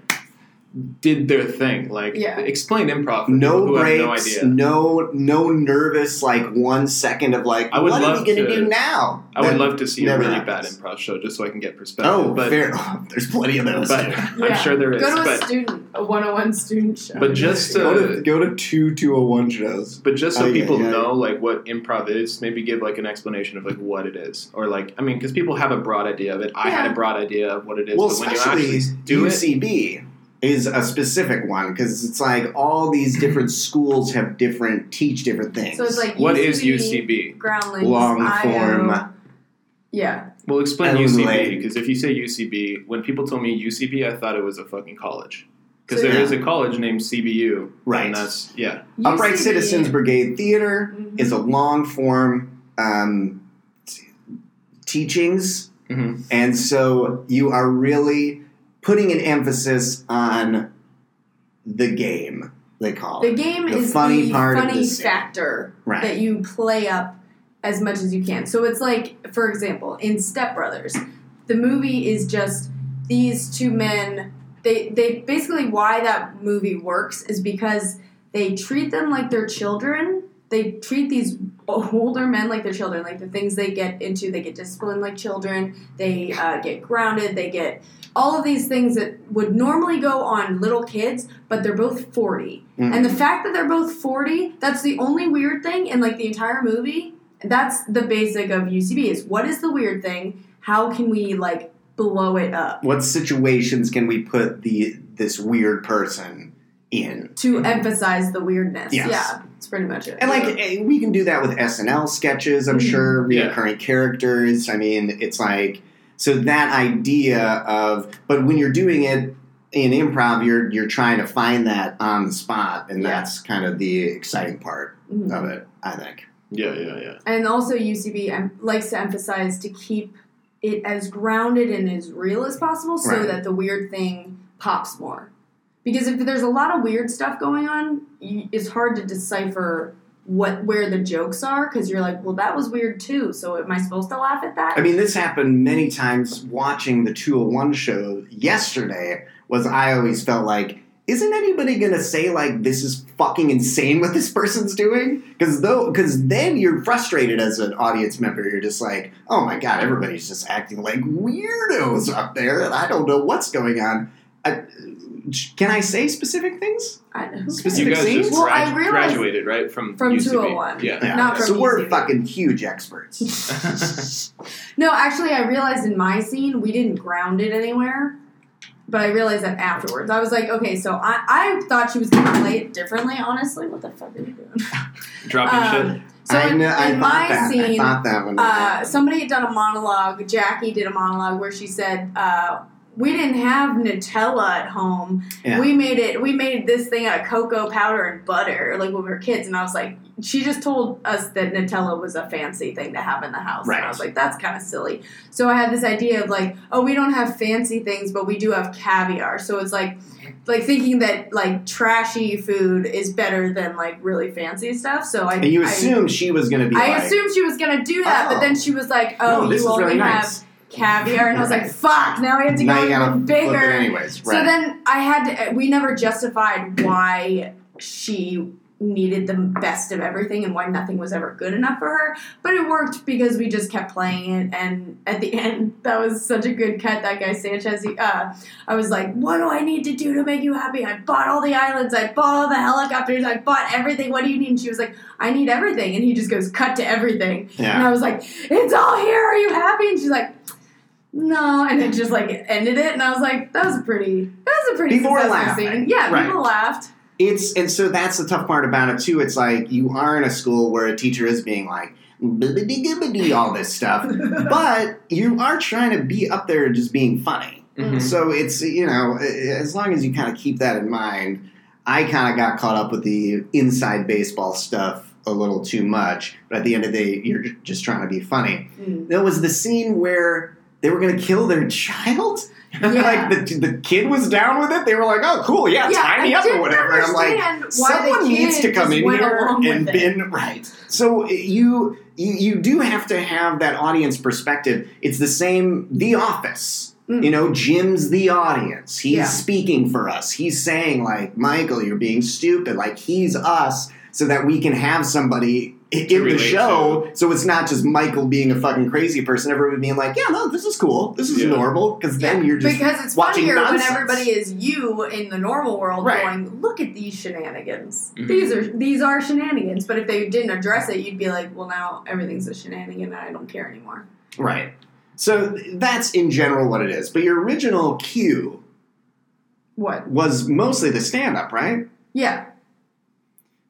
did their thing. Like
Yeah.
explain improv. For people
no
who have no
breaks,
idea.
no, no nervous like one second of like
I would
what are
love
we going
to-
do now?
I would
That-
love to see a
never
really
happens.
bad improv show just so I can get perspective.
Oh,
but
fair. There's plenty of those.
but
Yeah.
I'm sure there
Go
is.
to a
But
student, a 101 student show.
but just
go
to
to go to two two oh one shows.
But just so
Oh, yeah,
people
yeah.
know, like what improv is, maybe give like an explanation of like what it is, or like I mean, because people have a broad idea of it. I had
Yeah.
a broad idea of what it is,
Well,
but when you
especially
actually do it,
UCB is a specific one because it's like all these different schools have different teach different things.
so it's like
what is
UCB,
UCB?
Groundlings,
Long
IO.
form.
Yeah,
Well, explain
Ellen
UCB
Lane.
because if you say UCB, when people told me UCB, I thought it was a fucking college because
So-
there is a college named CBU,
right.
And that's yeah,
Upright
UCB
Citizens Brigade Theater
Mhm.
is a long form um, t- teachings,
Mhm.
and so you are really putting an emphasis on the game. They call
The
it
game
The
is
funny
the
part of
funny
the scene.
factor
right.
that you play up as much as you can. So it's like, for example, in Step Brothers, the movie is just these two men. They they basically why that movie works is because they treat them like they're children. They treat these older men like they're children. Like the things they get into, they get disciplined like children. They uh, get grounded. They get all of these things that would normally go on little kids, but they're both forty.
Mm.
And the fact that they're both 40, that's the only weird thing in like the entire movie. That's the basic of UCB is what is the weird thing? How can we like blow it up
Mm-hmm. what situations can we put the this weird person in?
to emphasize the weirdness?
Yes.
Yeah, it's pretty much it.
And like eh, we can do that with SNL sketches, I'm
Mhm.
sure,
Yeah.
recurring characters. I mean, it's like so that idea of but when you're doing it in improv, you're you're trying to find that on the spot, and
Yeah.
that's kind of the exciting part
Mhm.
of it, I think.
yeah, yeah, yeah.
And also UCB em- likes to emphasize to keep it as grounded and as real as possible so
Right.
that the weird thing pops more. Because if there's a lot of weird stuff going on, y it's hard to decipher what where the jokes are because you're like, well, that was weird too. So am I supposed to laugh at that?
I mean, this happened many times watching the 201 show yesterday was I always felt like isn't anybody going to say like this is fucking insane what this person's doing? Cuz though cuz then you're frustrated as an audience member. You're just like, "Oh my god, everybody's just acting like weirdos up there and I don't know what's going on." I, can I say specific things?
I don't know.
Specific-
You guys
Sixteen?
just
Well, I
gradu-
realized-
graduated right from
From
UCB.
201.
yeah.
Not from
so we're
YouTube.
fucking huge experts.
No, actually, I realized in my scene we didn't ground it anywhere. But I realized that afterwards. I was like, okay, so I, I thought she was going to play it differently, honestly. What the fuck are you doing?
Dropping
Um,
shit.
So
I,
in,
kn- I
in
thought
my
that. I
scene,
thought that one.
uh, somebody had done a monologue. Jackie did a monologue where she said, uh, "We didn't have Nutella at home.
Yeah.
We made it. We made this thing out of cocoa powder and butter, like when we were kids." And I was like, "She just told us that Nutella was a fancy thing to have in the house." And I
Right.
was like, "That's kind of silly." So I had this idea of like, "Oh, we don't have fancy things, but we do have caviar." So it's like. Like thinking that like trashy food is better than like really fancy stuff. So I
and you
I-
assume she was going to be
I
like,
assumed she was gonna do that, but
Oh.
then she was like, "Oh,
no, this
you
is
only
really
have
nice.
caviar," and I was like, "Fuck!" Now we have to
now
go
you gotta
even
flip it
bigger.
anyways,
So
right?
then I had to. We never justified why she needed the best of everything and why nothing was ever good enough for her. But it worked because we just kept playing it, and at the end, that was such a good cut. That guy Sanchez. He, uh, I was like, "What do I need to do to make you happy? I bought all the islands. I bought all the helicopters. I bought everything. What do you need?" And she was like, "I need everything." And he just goes, "Cut to everything." And
yeah.
I was like, "It's all here. Are you happy?" And she's like, "No." And it just like ended it. And I was like, "That was a pretty. That was a pretty
People were
successful
laughing.
scene. Yeah,
Right.
people laughed.
It's and so that's the tough part about it too. It's like you are in a school where a teacher is being like bibbidi gibbidi all this stuff, but you are trying to be
mm.
up
Mm-hmm.
there just being funny.
Mhm.
So it's you know as long as you kind of keep that in mind. I kind of got caught up with the inside baseball stuff a little too much. But at the end of the day, you're j- just trying to be funny.
Mm.
There was the scene where they were going to kill their child.
Yeah.
like the, the kid was down with it. They were like, "Oh, cool, yeah,
yeah,
tie me
I
up or
didn't
whatever." And I'm like,
understand why the
someone
kid
needs to come
just
in
went
here
along
and
with it.
been right. So eh, you, you you do have to have that audience perspective. It's the same The Office.
Mm.
You
Hmm.
know, Jim's the audience. He's
Yeah.
speaking for us. He's saying like, "Michael, you're being stupid." Like he's us, so that we can have somebody i- in the
relate
show. So it's not just Michael being a fucking crazy person. Everyone being like, "Yeah, no, this is cool. This is
Yeah.
normal." Because then you're just
because it's
watching
funnier
nonsense.
when everybody is you in the normal world
Right. Mm-hmm.
going, look at these shenanigans.
Mhm.
These are these are shenanigans. But if they didn't address it, you'd be like, well, now everything's a shenanigan, and I don't care anymore.
Right. So that's in general what it is. But your original cue
What?
was mostly the stand up, right?
Yeah.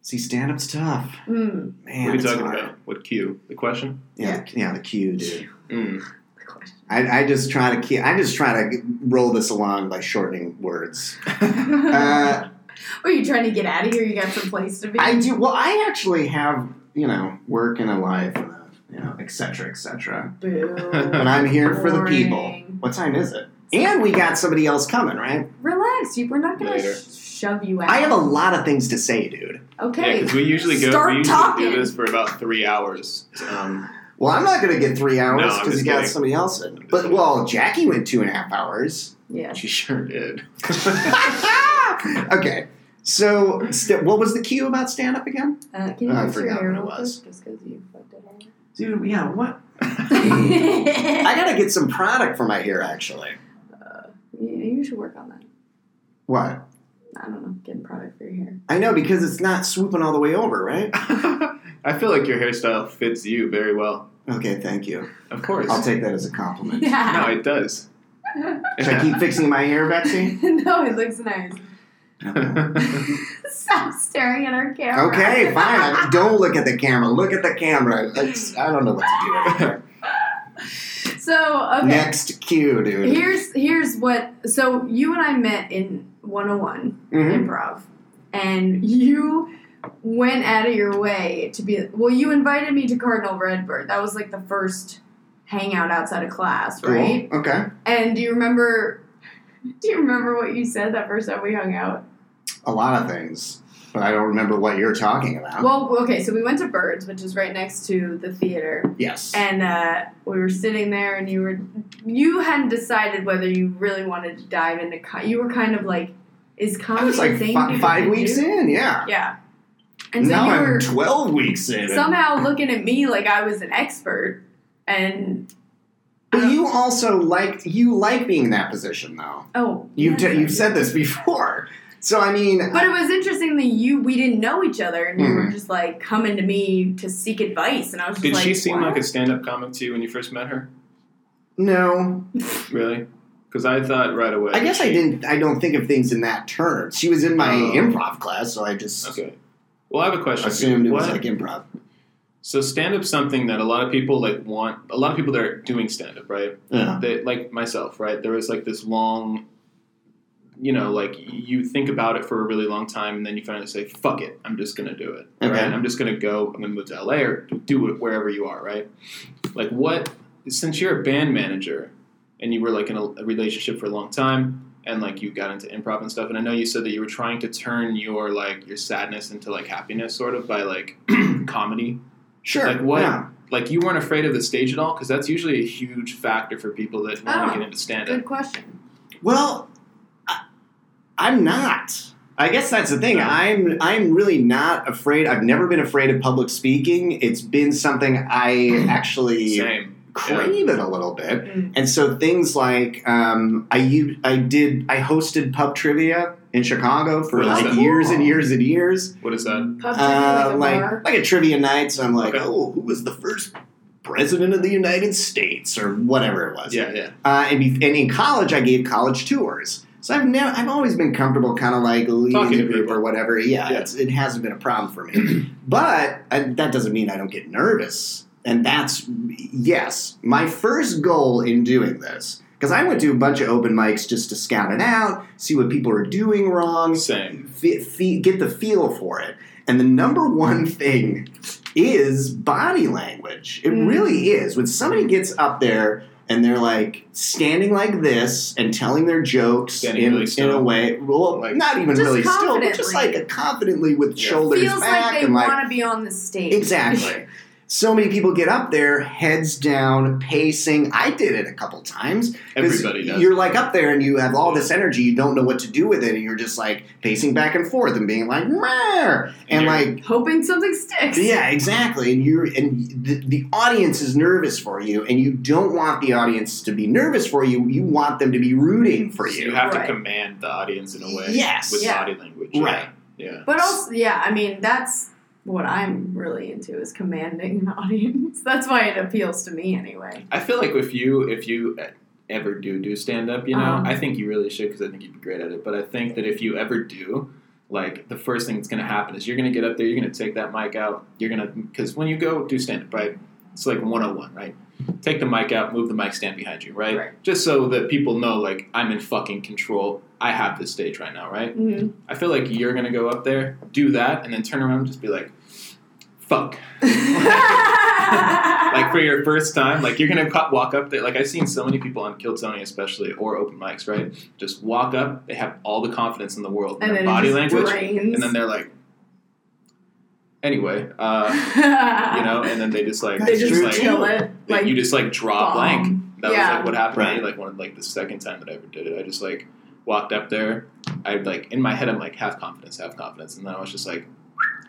See, stand up's tough.
Mm.
Man,
What are you
it's
talking
hard.
about? What cue? The question?
Yeah, the- yeah, the cue, dude.
Mm.
Good question.
I, I just try to keep, I just try to roll this along by shortening words. Uh,
Were you trying to get out of here? You got some place to be?
I do. Well, I actually have you know work and a life and a, you know et cetera, et cetera.
Boo.
But I'm here for the people.
Boring.
What time is it? And we got somebody else coming, right?
Relax. You, we're not going to
Later.
sh- shove you out.
I have a lot of things to say, dude.
Yeah,
Okay.
because we usually go.
Start
we usually
talking.
do this for about three hours. Um,
Well, I'm not going to get three
No,
hours
I'm
because
just
you got
kidding.
somebody else in.
just
But
kidding.
well, Jackie went two and a half hours.
yeah.
she sure did.
okay, so st- what was the cue about stand up again,
Uh, can you
I
fix your
forgot
hair
what it
real quick?
was.
Just because you fucked it up.
dude? Yeah, what? I
yeah,
gotta get some product for my hair, actually.
you should work on that.
What?
I don't know, getting product for your hair.
I know because it's not swooping all the way over, right?
I feel like your hairstyle fits you very well.
Okay, thank you.
Of course.
I'll take that as a compliment.
no,
Yeah.
it does.
Should I keep fixing my hair, Betsy?
no, it looks nice.
Yeah.
Stop staring at our camera.
Okay, fine. Don't look at the camera. Look at the camera. It's, I don't know what to do. anymore.
so okay.
Next cue, dude.
Here's here's what so you and I met in 101
Mhm.
improv and you went out of your way to be well you invited me to Cardinal Redbird. That was like the first hangout outside of class,
Cool.
right?
Okay.
And do you remember? Do you remember what you said that first time we hung out?
a lot of things, but I don't remember what you're talking about.
Well, okay, so we went to Birds, which is right next to the theater,
yes.
and uh, we were sitting there, and you were you hadn't decided whether you really wanted to dive into. Co- you were kind of like, is comedy
I was like
a thing
fi-
people
five
can
weeks
do?
in, yeah.
Yeah, and so
now
you
I'm
were
12 weeks in.
somehow looking at me like I was an expert, and
but you also like you like being in that position though.
oh,
You've
yes,
t-
I
you've
did.
said this before. So I mean,
But it was interesting that you we didn't know each other and you were
Mhm.
just like coming to me to seek advice and I was just
Did
like
she seem
what?
like a stand-up comic to you when you first met her?
no.
Really? Because I thought right away.
I guess I
she-
didn't I don't think of things in that term. She was in my
Oh.
improv class, so I just
Okay. Well, I have a question. for you.
assumed it was
What-
like improv.
so stand up's something that a lot of people like want. A lot of people that are doing stand up, right?
Yeah.
They like myself, right? There was like this long, you know, like you think about it for a really long time, and then you finally say, "Fuck it, I'm just gonna do it."
Okay.
Right? I'm just gonna go. I'm gonna move to LA or do it wherever you are, right? Like what? Since you're a band manager, and you were like in a, a relationship for a long time, and like you got into improv and stuff, and I know you said that you were trying to turn your like your sadness into like happiness, sort of by like comedy
Sure.
Like, what-
Yeah.
like you weren't afraid of the stage at all because that's usually a huge factor for people that want
Oh.
to get into stand up
good question.
Well, I, I'm not. I guess that's the thing.
No.
I'm I'm really not afraid. I've never been afraid of public speaking. It's been something I actually
same
crave it a little bit.
Mm.
And so things like um, I u- I did I hosted pub trivia in Chicago for
What is
like
that?
years and
Cool.
years and years.
what is that
Pub
Uh,
trivia was a
like
bar.
like a trivia night. So I'm like,
Okay.
oh, who was the first president of the United States or whatever it was.
yeah yeah
Uh, and, be, and in college, I gave college tours. So I've never, I've always been comfortable, kind of like leading
Talking
the
to
group
people.
or whatever. Yeah,
Yeah.
It's, it hasn't been a problem for me. but I, that doesn't mean I don't get nervous. And that's yes, my first goal in doing this Because I went to a bunch of open mics just to scout it out, see what people are doing wrong,
Same.
fe- fe- get the feel for it. And the number one
Mm.
thing is body language. It
Mm.
really is. When somebody gets up there and they're like standing like this and telling their jokes
Standing
in,
really
in a
still.
way, well,
Like-
not even
Just
really still, but just
confidently.
like a confidently with
Yeah.
shoulders
Feels
back
like they
and like
want to be on the stage.
Exactly. so many people get up there, heads down, pacing. I did it a couple times. 'cause
Everybody does.
You're like up there and you have all this energy, you don't know what to do with it, and you're just like pacing back and forth and being like, Meh! and
Yeah.
like,
Hoping something sticks.
yeah, exactly. And you're and the, the audience is nervous for you, and you don't want the audience to be nervous for you. You want them to be rooting for
So
you.
you have
Right.
to command the audience in a way.
Yes.
With
Yeah.
body language.
Right.
Yeah.
But also, yeah, I mean, that's what I'm really into is commanding an audience. That's why it appeals to me anyway.
I feel like if you if you ever do do stand up, you know,
Um.
I think you really should because I think you'd be great at it. But I think that if you ever do, like the first thing that's going to happen is you're going to get up there, you're going to take that mic out, you're going to because when you go do stand up, right? It's like 101, right? Take the mic out, move the mic stand behind you, right?
Right.
Just so that people know, like I'm in fucking control. I have this stage right now, right?
Mhm.
I feel like you're gonna go up there, do that, and then turn around and just be like, "Fuck!" Like for your first time, like you're gonna co- walk up there. Like I've seen so many people on Kill Tony, especially or open mics, right? Just walk up. They have all the confidence in the world. in
and
their
then
body
it just
language,
drains.
and then they're like, "Anyway, uh, you know," and then they just like
they
That's
just
true,
like,
kill it.
they-
Like
you just like draw
bomb.
a blank. That
Yeah.
was like what happened to
Right.
me. Like one of like the second time that I ever did it, I just like walked up there. I like in my head, I'm like half confidence, half confidence, and then I was just like,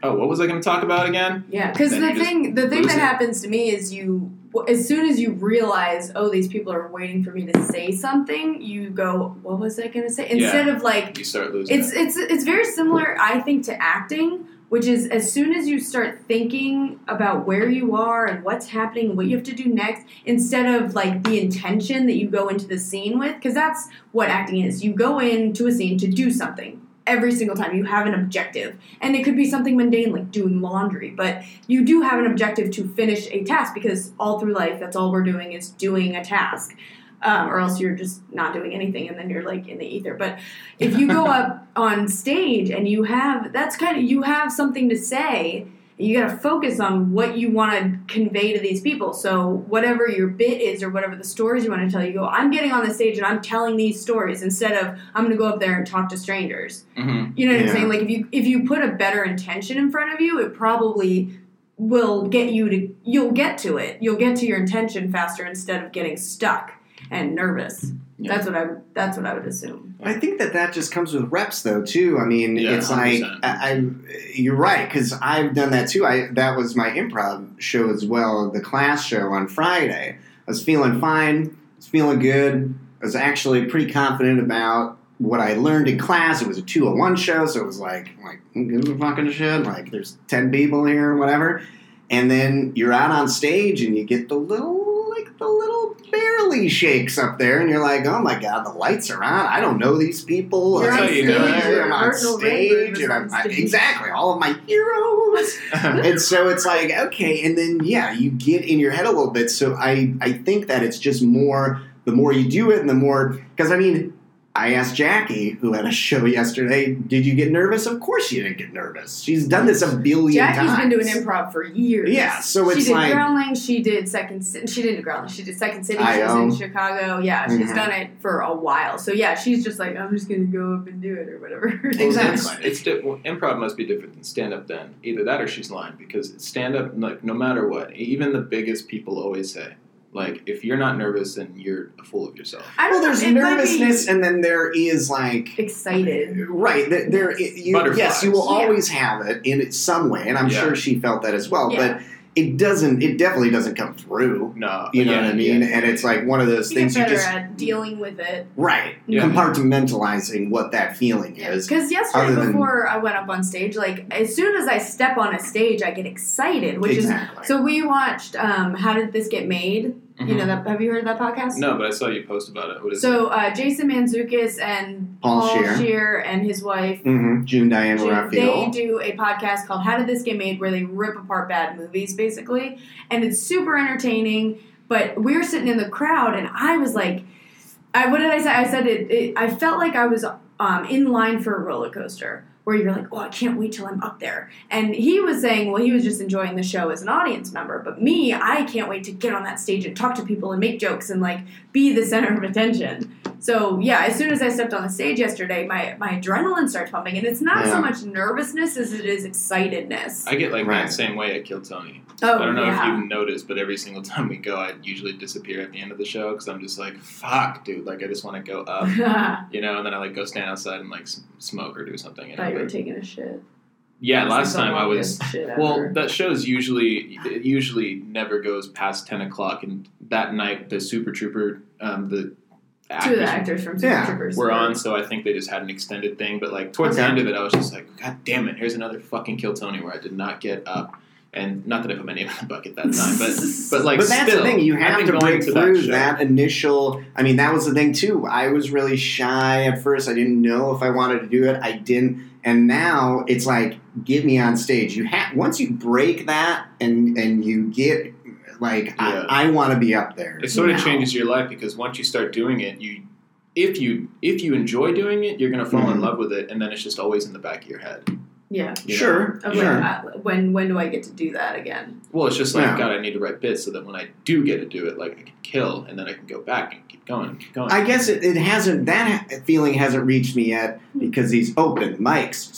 oh, what was I going to talk about again?
Yeah, because
Then
the
you just
thing the thing
lose
that
it.
happens to me is you as soon as you realize oh these people are waiting for me to say something you go what was I gonna say instead of like
You start losing.
it's
it.
it's it's very similar I think to acting which is as soon as you start thinking about where you are and what's happening and what you have to do next instead of like the intention that you go into the scene with because that's what acting is you go into a scene to do something every single time you have an objective and it could be something mundane like doing laundry but you do have an objective to finish a task because all through life that's all we're doing is doing a task um, or else you're just not doing anything and then you're like in the ether but if you go up on stage and you have that's kind of you have something to say you got to focus on what you want to convey to these people so whatever your bit is or whatever the stories you want to tell you go i'm getting on the stage and i'm telling these stories instead of i'm going to go up there and talk to strangers
Mhm.
you know what
Yeah.
I'm saying? Like if you if you put a better intention in front of you, it probably will get you to you'll get to it. You'll get to your intention faster instead of getting stuck and nervous.
Yeah.
That's what I that's what I would assume.
I think that that just comes with reps, though. Too. I mean,
Yeah,
it's like
100%.
I, I, you're right because I've done that too. I that was my improv show as well, the class show on Friday. I was feeling fine. I was feeling good. I was actually pretty confident about what I learned in class. It was a two on one show, so it was like like who gives a fucking shit? Like there's ten people here, whatever. And then you're out on stage and you get the little like the little barely shakes up there, and you're like, oh my god, the lights are on. I don't know these people.
You're
That's
I
how you
feel
know
like
it.
I'm on
Cardinal Rainbow
stage,
is
and I'm
on
I-
stage.
exactly all of my heroes. and so it's like okay, and then yeah, you get in your head a little bit. So I I think that it's just more the more you do it, and the more because I mean. I asked Jackie, who had a show yesterday, did you get nervous? Of course you didn't get nervous. She's done this a billion
Jackie's
times.
been doing improv for years.
Yeah, so it's
she did
like-
Groundling. She did Second. Ci- She didn't Groundling. She did Second City. She
IO.
was in Chicago. Yeah, she's
Mhm.
done it for a while. So yeah, she's just like, I'm just gonna go up and do it or whatever.
Exactly.
It's, it's di- well, improv must be different than stand up. Then either that or she's lying because stand up, like no matter what, even the biggest people always say, like if you're not nervous, then you're a fool of yourself.
I don't
Well, there's
know, it might be
nervousness, and then there is like
Excited.
right there. there you, yes,
Butterflies.
you will
Yeah.
always have it in it some way, and I'm
Yeah.
sure she felt that as well.
Yeah.
But it doesn't. It definitely doesn't come through.
No,
You know
yeah,
what I mean?
yeah.
And it's like one of those
You get
things you
better
just
at dealing with it.
right
Yeah.
compartmentalizing what that feeling is.
Because yesterday
other than-
before I went up on stage, like as soon as I step on a stage, I get excited, which
exactly.
is so. We watched um, "How Did This Get Made." You know that? Have you heard of that podcast?
Mm-hmm. No, but I saw you post about it. What is it?
So uh, Jason Manzukis and
Paul
Shear
Scheer.
and his wife
Mm-hmm.
hmm June Diane
They
Raphael.
do a podcast called How Did This Get Made where they rip apart bad movies basically. And it's super entertaining. But we were sitting in the crowd and I was like, I what did I say? I said it. it I felt like I was um, in line for a roller coaster where you're like, oh, I can't wait till I'm up there. And he was saying, well, he was just enjoying the show as an audience member, but me, I can't wait to get on that stage and talk to people and make jokes and like be the center of attention. So yeah, as soon as I stepped on the stage yesterday, my my adrenaline starts pumping, and it's not
Yeah.
so much nervousness as it is excitedness.
I get like
Right.
that same way at Kill Tony.
oh
I don't know
yeah.
if you've noticed, but every single time we go, I usually disappear at the end of the show because I'm just like, fuck, dude. Like, I just want to go up, you know, and then I like go stand outside and like s- smoke or do something. You know?
thought you were
but-
taking a shit.
yeah,
This
last
is the
time I was.
longest Shit
Well,
ever.
that show's usually it usually never goes past ten o'clock, and that night the Super Trooper, um, the
two of
actors
the actors from Super
Yeah,
Troopers
were on, so I think they just had an extended thing. But like towards the
Okay.
end of it, I was just like, God damn it! Here's another fucking Kill Tony where I did not get up, and not that I put my name in the bucket that time, but but like
but that's
still,
the thing you have
I've been
to
going
break
to
through
that, show.
initial i mean that was the thing too i was really shy at first i didn't know if i wanted to do it i didn't and now it's like get me on stage you have once you break that and and you get like
Yeah.
i, I want to be up there
It sort of
now.
changes your life because once you start doing it, you if you if you enjoy doing it, you're gonna fall in
Mhm.
love with it, and then it's just always in the back of your head.
Yeah.
you know?
sure
Of
Yeah.
like,
sure
I, when when do I get to do that again?
Well, it's just like
Yeah.
God, I need to write bits so that when I do get to do it, like I can kill, and then I can go back and keep going, and keep going.
I guess it, it hasn't that ha- feeling hasn't reached me yet because these open mics.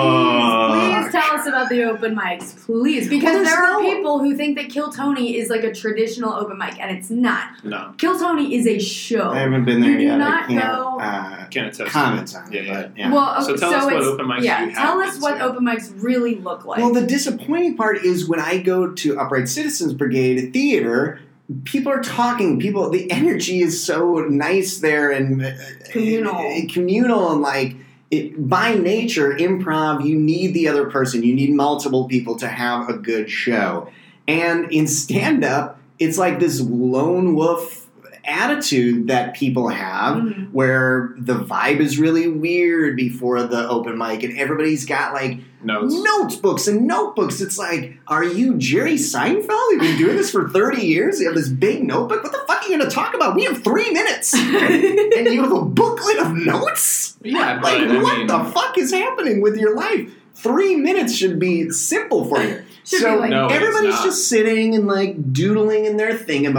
Oh, please, please
suck.
tell us about the open mics, please, because
Well, there's
there are
no-
people who think that Kill Tony is like a traditional open mic, and it's not.
no,
Kill Tony is a show.
I haven't been there
Oh. You do
yet. I
not
can't,
know-
uh,
can't attest.
comment on
Yeah,
it,
yeah.
but yeah.
Well, okay,
So tell us what
it's-
open mics
yeah,
you have
tell us
been
what
to.
open mics really look like.
Well, the disappointing part is when I go to Upright Citizens Brigade Theater, people are talking. People, the energy is so nice there and uh,
Communal.
and communal, and like it, by nature, improv. You need the other person. You need multiple people to have a good show. And in stand up, it's like this lone wolf attitude that people have
Mhm.
where the vibe is really weird before the open mic and everybody's got like
No, it's-
notebooks and notebooks. It's like, are you Jerry Seinfeld? You've been doing this for 30 years? You have this big notebook? What the fuck are you going to talk about? We have three minutes. and you have a booklet of notes?
yeah, but
Like,
I
what
mean,
the fuck is happening with your life? Three minutes should be simple for you.
Should
so
be like,
No, it's
everybody's
not.
just sitting and like doodling in their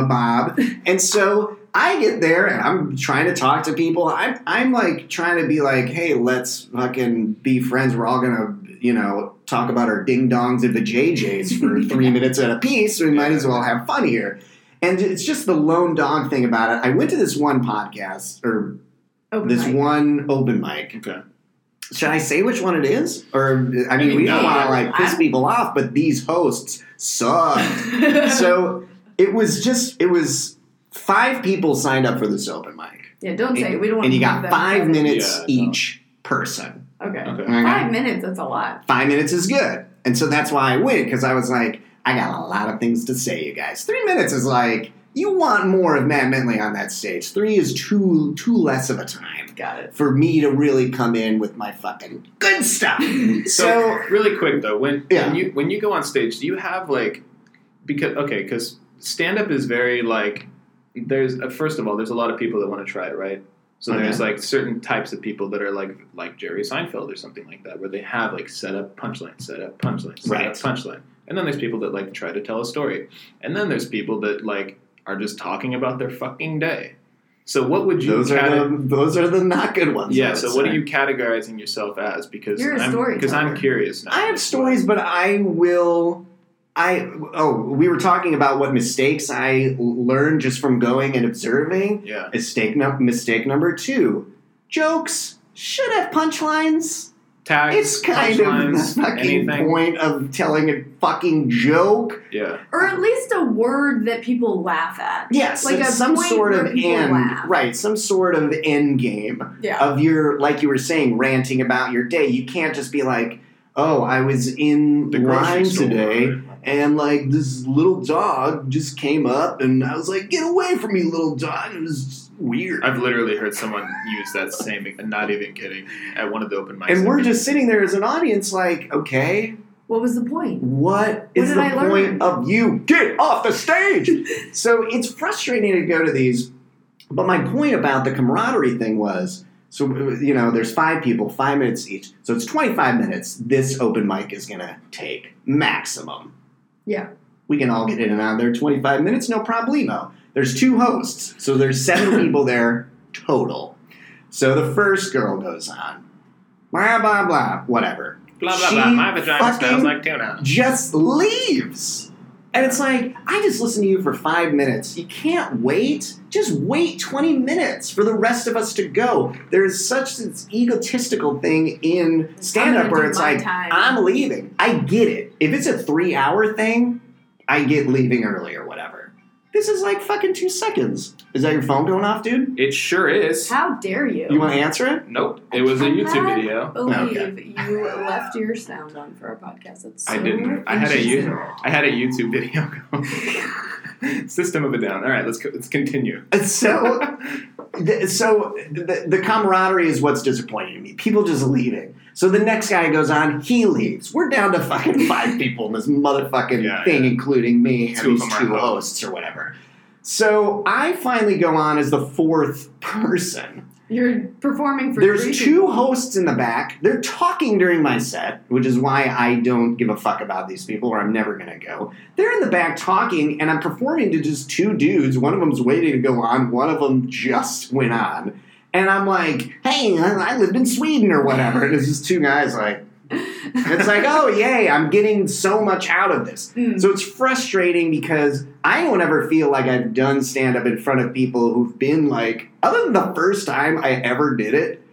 thingamabob. and so I get there and I'm trying to talk to people. I'm I'm like trying to be like, hey, let's fucking be friends. We're all gonna, you know, talk about our ding dongs and the JJs for three minutes at a piece. We might as well have fun here. And it's just the lone dog thing about it. I went to this one podcast or
open
this
mic.
one open mic
Okay,
should I say which one it is? Or I mean, we don't
No.
want to like piss
I-
people off, but these hosts suck. so it was just it was five people signed up for this open mic,
yeah, don't say it. we don't want
and you
to
got
that
five minutes
Yeah, no.
each person.
Okay,
okay.
Okay?
five minutes. That's a lot.
Five minutes is good, and so that's why I went because I was like, I got a lot of things to say, you guys. Three minutes is like you want more of Matt Mentley on that stage. Three is too too less of a time
Got it.
for me to really come in with my fucking good stuff.
So really quick though, when,
Yeah.
when you when you go on stage, do you have like because okay, because stand up is very like there's uh, first of all there's a lot of people that want to try it, right? So
Okay.
there's like certain types of people that are like like Jerry Seinfeld or something like that, where they have like set up punchline, set up punchline, set
Right.
up punchline, and then there's people that like try to tell a story, and then there's people that like are just talking about their fucking day. So what would you?
those are
cate-
the those are the not good ones. I
yeah.
would
So what
say.
are you categorizing yourself as? Because
You're a
I'm because I'm
storyteller.
curious now.
I have stories, but I will. I oh, we were talking about what mistakes I learned just from going and observing.
Yeah.
Mistake num mistake number two: jokes should have punchlines.
Tags.
It's kind of the
punchlines,
fucking
anything.
point of telling a fucking joke.
Yeah.
Or at least a word that people laugh at.
Yes,
Like
it's
a
some
point
sort
where
of
people
end,
laugh.
right? Some sort of end game.
Yeah.
of your like you were saying ranting about your day you can't just be like oh i was in
The grocery
line
store.
today and like this little dog just came up and i was like get away from me little dog it was just weird
I've literally heard someone use that same. Not even kidding. At one of the open mics.
and we're just sitting there as an audience like okay
what was the point?
What is
did
the
I learn?
point of you? Get off the stage! so it's frustrating to go to these But my point about the camaraderie thing was so, you know, there's five people, five minutes each. So it's 25 minutes this open mic is going to take maximum.
Yeah.
We can all get in and out of there 25 minutes, no problemo. There's two hosts. So there's seven people there total. So the first girl goes on, blah, blah, blah, whatever.
Blah blah
She
blah. My vagina smells
fucking-
like tuna.
Just leaves. And it's like, I just listened to you for five minutes. You can't wait. Just wait 20 minutes for the rest of us to go. There's such this egotistical thing in stand
I'm
up
gonna
where
do
it's
my
like,
time.
I'm leaving. I get it. If it's a three hour thing, I get leaving early or whatever. This is like fucking two seconds. Is that your phone going off, dude?
It sure is.
How dare you?
You want to answer it?
Nope. It was a YouTube
How-
video.
Believe
Okay.
you left your sound on for a podcast. That's so
I didn't. I had a
interesting.
YouTube. I had a YouTube video. going. System of a Down. All right, let's co- let's continue.
So, th- so the, the camaraderie is what's disappointing to me. People just leaving. So the next guy goes on, he leaves. We're down to fucking five people in this motherfucking
Yeah,
thing, including me
Two of
and these
them are
two
hosts.
hosts or whatever. So I finally go on as the fourth person.
You're performing for three
There's two
people.
hosts in the back. They're talking during my set, which is why I don't give a fuck about these people or I'm never going to go. They're in the back talking, and I'm performing to just two dudes. One of them's waiting to go on, one of them just went on. And I'm like, hey, I I lived in Sweden or whatever. And it's just two guys like, it's like, oh, yay, I'm getting so much out of this.
Mm.
So it's frustrating because I don't ever feel like I've done stand up in front of people who've been like, other than the first time I ever did it,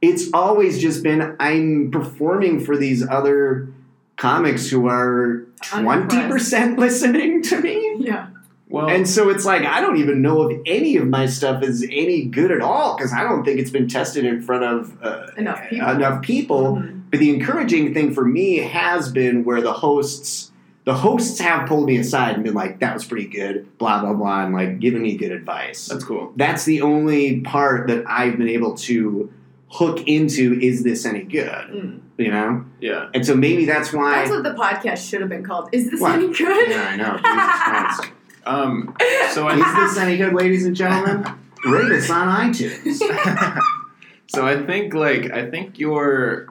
it's always just been I'm performing for these other comics who are 20% listening to me.
Yeah.
Well,
And so it's like, I don't even know if any of my stuff is any good at all because I don't think it's been tested in front of uh,
Enough people.
enough people.
Mhm.
But the encouraging thing for me has been where the hosts the hosts have pulled me aside and been like, that was pretty good, blah blah blah, and like giving me good advice.
that's cool.
That's the only part that I've been able to hook into is this any good?
Mm.
You know?
Yeah.
And so maybe that's why
That's what the podcast should have been called. Is this
What?
any good?
Yeah, I know. Jesus
Um. So I
Christ. is this any good, ladies and gentlemen? Rate us on iTunes.
so I think like I think you're.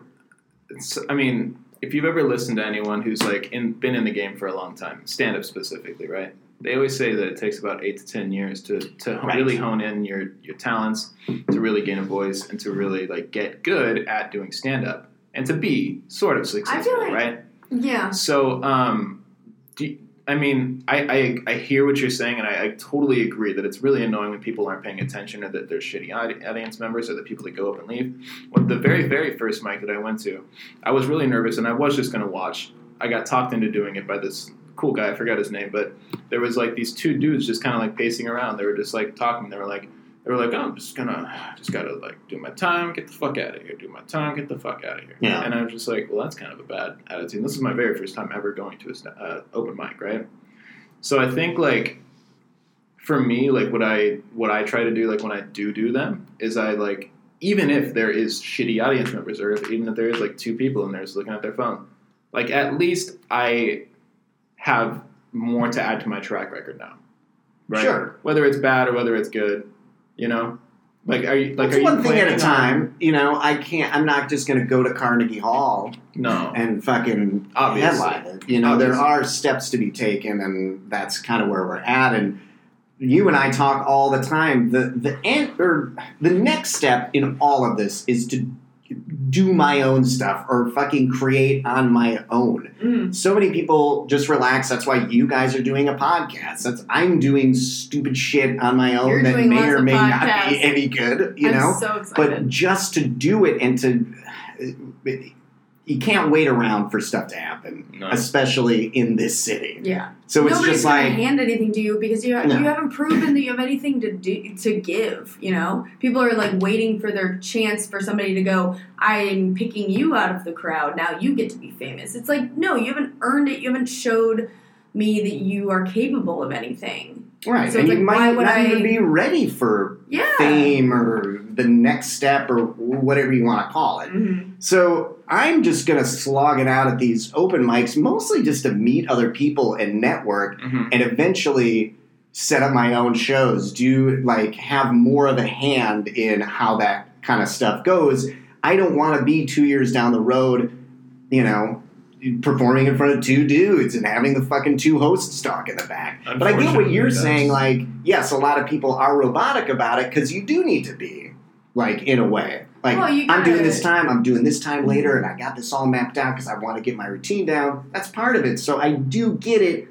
It's, I mean, if you've ever listened to anyone who's like in, been in the game for a long time, stand up specifically, right? They always say that it takes about eight to ten years to to
Right.
really hone in your your talents, to really gain a voice, and to really like get good at doing stand up, and to be sort of successful,
like-
right?
Yeah.
So, um, do you- I mean, I, I I hear what you're saying, and I, I totally agree that it's really annoying when people aren't paying attention, or that there's shitty audi- audience members, or the people that go up and leave. Well, the very very first mic that I went to, I was really nervous, and I was just gonna watch. I got talked into doing it by this cool guy. I forgot his name, but there was like these two dudes just kind of like pacing around. They were just like talking. They were like. They were like, oh, I'm just gonna, just gotta like do my time, get the fuck out of here, do my time, get the fuck out of here.
Yeah.
And I was just like, well, that's kind of a bad attitude. This is my very first time ever going to a st- uh, open mic, right? So I think like for me, like what I what I try to do, like when I do do them, is I like even if there is shitty audience members, or if, even if there is like two people and they're just looking at their phone, like at least I have more to add to my track record now, right?
Sure.
Whether it's bad or whether it's good, you know, like are you like
It's
are you
one thing at a
planning
time. You know, I can't I'm not just gonna go to Carnegie Hall
on- No,
and fucking
obviously.
headline it. You know, there
Obviously.
are steps to be taken, and that's kind of where we're at. And you and I talk all the time. The the ant, or the next step in all of this is to do my own stuff or fucking create on my own.
Mm.
So many people just relax. That's why you guys are doing a podcast. That's I'm doing stupid shit on my own
You're
that
doing
may
lots
or
of
may not be
podcasts.
any good. You
I'm
know,
so excited.
but just to do it and to you can't wait around for stuff to happen
No.
especially in this city
yeah.
so it's
Nobody's
just
gonna
like
hand anything to you because you
No.
you haven't proven that you have anything to do to give. You know, people are like waiting for their chance for somebody to go. I'm picking you out of the crowd. Now you get to be famous. It's like no, you haven't earned it. You haven't showed me that you are capable of anything.
right
so
and you
like, why
might
would
not
I-
even be ready for
Yeah.
fame or the next step or whatever you want to call it
Mhm.
so i'm just going to slog it out at these open mics mostly just to meet other people and network
Mhm.
and eventually set up my own shows, do like have more of a hand in how that kind of stuff goes. I don't want to be two years down the road, you know, performing in front of two dudes and having the fucking two hosts talk in the back. But I get what
Unfortunately,
you're
that's-
saying. Like, yes, a lot of people are robotic about it because you do need to be, like, in a way. Like,
Well, you
I'm doing
gotta-
this time, I'm doing this time later, and I got this all mapped out because I want to get my routine down. That's part of it. So I do get it.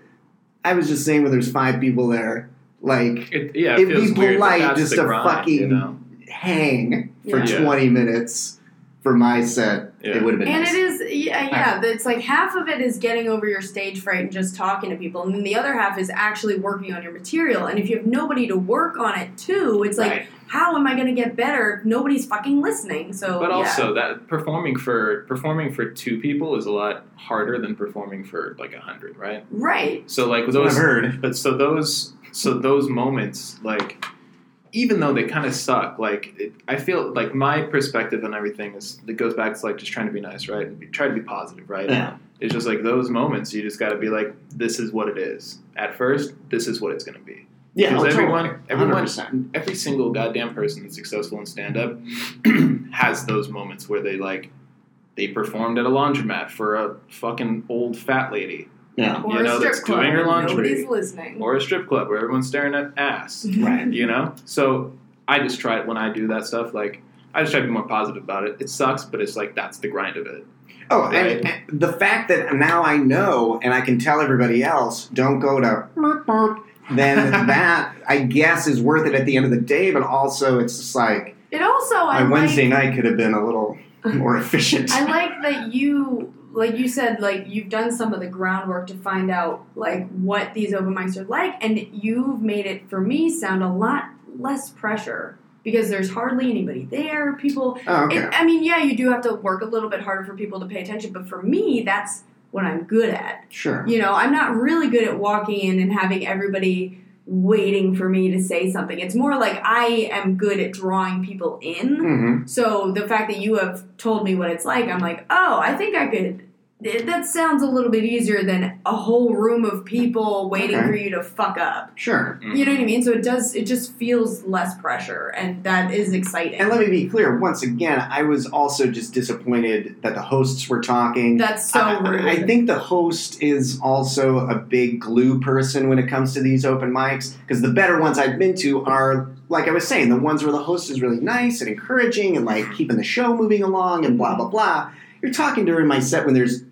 I was just saying when there's five people there, like,
It, yeah, it
It'd be
feels weird, but
polite
that's
just
the
to
grind, you
fucking-
know?
hang for
Yeah.
Yeah.
20 minutes for my set.
Yeah.
It would have been
And
nice.
it is, yeah, yeah. It's like half of it is getting over your stage fright and just talking to people, and then the other half is actually working on your material. And if you have nobody to work on it too, it's like,
Right.
how am I going to get better if nobody's fucking listening? So,
But
oh, yeah.
also that performing for performing for two people is a lot harder than performing for like a hundred, right?
right?
So like with
That's what
those
I've heard.
But so those so those moments like even though they kind of suck like it, I feel like my perspective on everything is it goes back to like just trying to be nice right and be, try to be positive right
Yeah.
it's just like those moments you just got to be like this is what it is at first this is what it's going to be
Yeah,
because
oh, totally.
everyone everyone
100%.
every single goddamn person that's successful in stand up has those moments where they like they performed at a laundromat for a fucking old fat lady
Yeah.
Or
You know,
a strip
that's
club,
doing your
and
laundry.
nobody's listening.
or a strip club where everyone's staring at ass
Right.
you know so i just try when i do that stuff like i just try to be more positive about it it sucks but it's like that's the grind of it
Oh, and, and the fact that now I know and I can tell everybody else, don't go to merp, merp, then that I guess is worth it at the end of the day. But also, it's just like
It also, Oh, I
my
like,
Wednesday night could have been a little more efficient.
I like that you, like you said, like you've done some of the groundwork to find out like what these open mics are like, and you've made it for me sound a lot less pressure because there's hardly anybody there. People,
oh, okay.
it, I mean, yeah, you do have to work a little bit harder for people to pay attention, but for me, that's what I'm good at.
sure.
You know, I'm not really good at walking in and having everybody waiting for me to say something. It's more like I am good at drawing people in.
hmm
So the fact that you have told me what it's like, I'm like, oh, I think I could. th- That sounds a little bit easier than a whole room of people waiting
Okay. Hmm.
for you to fuck up.
Sure.
You know what I mean? So it does. It just feels less pressure, and that is exciting.
And let me be clear once again, I was also just disappointed that the hosts were talking.
That's so
I, I-
rude.
I think the host is also a big glue person when it comes to these open mics because the better ones I've been to are, like I was saying, the ones where the host is really nice and encouraging and like keeping the show moving along and blah blah blah. You're talking during my set when there's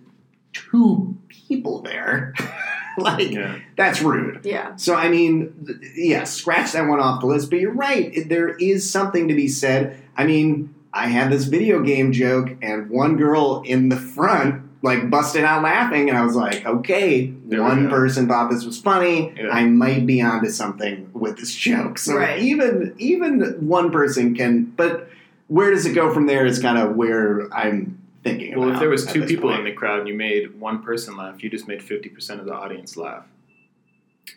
two people there, like
yeah
that's rude.
yeah.
So I mean, th- yeah, scratch that one off the list. But you're right; it- there is something to be said. I mean, I had this video game joke, and one girl in the front like busted out laughing, and I was like, "Okay,
There we
one
go.
person thought this was funny.
Yeah.
I might be onto something with this joke." So
Right.
even even one person can, but where does it go from there is kind of where I'm thinking.
well if
about
there was
at
two
this
people
point.
in the crowd and you made one person laugh you just made 50% of the audience laugh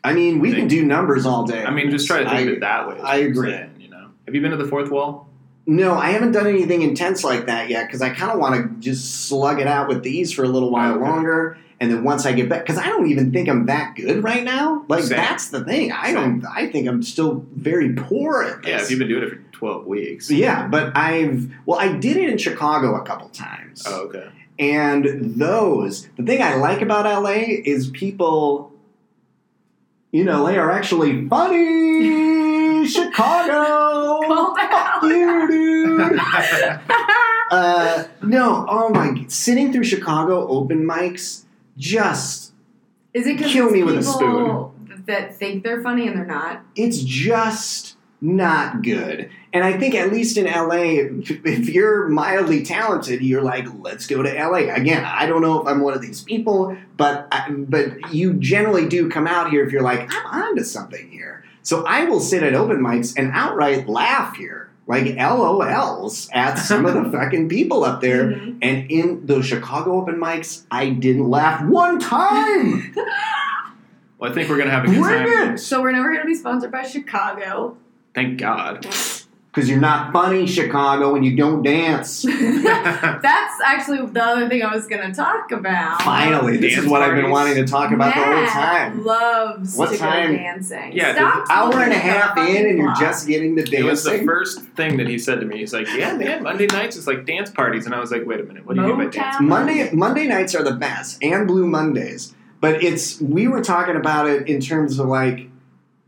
I mean, we
They-
can do numbers all day.
i mean just try to think
I-
of it that way is
I
what I'm
agree.
saying, you know have you been to the fourth wall
No, I haven't done anything intense like that yet because I kind of want to just slug it out with these for a little while
Okay.
longer, and then once I get back, because I don't even think I'm that good right now. Like
Same.
that's the thing. I don't. I think I'm still very poor at
yeah if
this.
you've been doing it for 12 weeks
yeah, but I've well, I did it in Chicago a couple times,
oh okay
and those. The thing I like about LA is people. You know, they are actually funny. Chicago,
Called out.
fuck you, dude. Uh, no, oh my! Sitting through Chicago open mics just.
is it because
Kill me with a
people that think they're funny and they're not?
It's just not good. And I think at least in LA, if if you're mildly talented, you're like, let's go to LA. Again, I don't know if I'm one of these people, but I, but you generally do come out here if you're like, I'm onto something here. So I will sit at open mics and outright laugh here, like LOLs at some of the fucking people up there
Mhm.
And in those Chicago open mics, I didn't laugh one time.
well i think we're gonna have a good
Bring
time
it!
So we're never going to be sponsored by Chicago.
thank god
because you're not funny, Chicago, and you don't dance.
That's actually the other thing I was going to talk about.
Finally, this
Dance
is what I've been
parties.
wanting to talk about the whole
Matt
time.
Loves
What
to
time?
go dancing.
Yeah,
Stop
Hour and a
talking
half
about
in, and you're
fucking
just getting to dancing.
It was the first thing that he said to me. He's like, "Yeah, man, Monday nights is like dance parties," and I was like, "Wait a minute, what do you mean by
Motown.
dance?"
Monday Monday nights are the best, and Blue Mondays. But it's we were talking about it in terms of like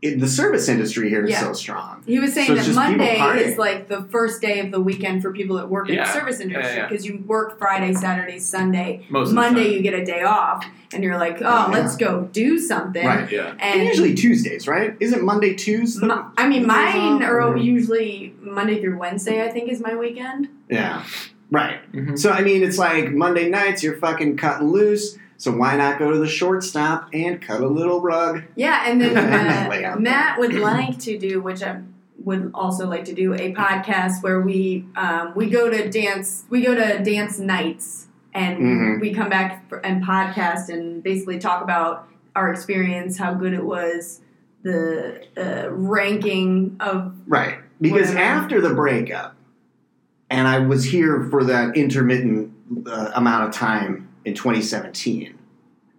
it, the service industry here is
Yeah.
so strong.
He was saying
So it's
that
just people
Monday
partying.
is like the first day of the weekend for people that work in the
Yeah.
service
Yeah,
industry
yeah.
because you work Friday, Saturday, Sunday.
Most of the
Monday you get a day off, and you're like, oh,
Yeah.
let's go do something.
Right.
time. Yeah,
And
usually Tuesdays, right? Isn't Monday Tuesday?
mi- I mean,
Tuesdays
mine
off,
are
or-
usually Monday through Wednesday. I think is my weekend.
yeah, right.
Mhm.
So I mean, it's like Monday nights you're fucking cutting loose. So why not go to the shortstop and cut a little rug?
Yeah, and then
Lay out
uh,
there.
Matt would like to do, which I would also like to do, a podcast where we um, we go to dance we go to dance nights and
Mhm.
we come back for, and podcast and basically talk about our experience, how good it was, the uh, ranking of
Right. Because
Whatever.
after the breakup, and I was here for that intermittent uh, amount of time in 2017,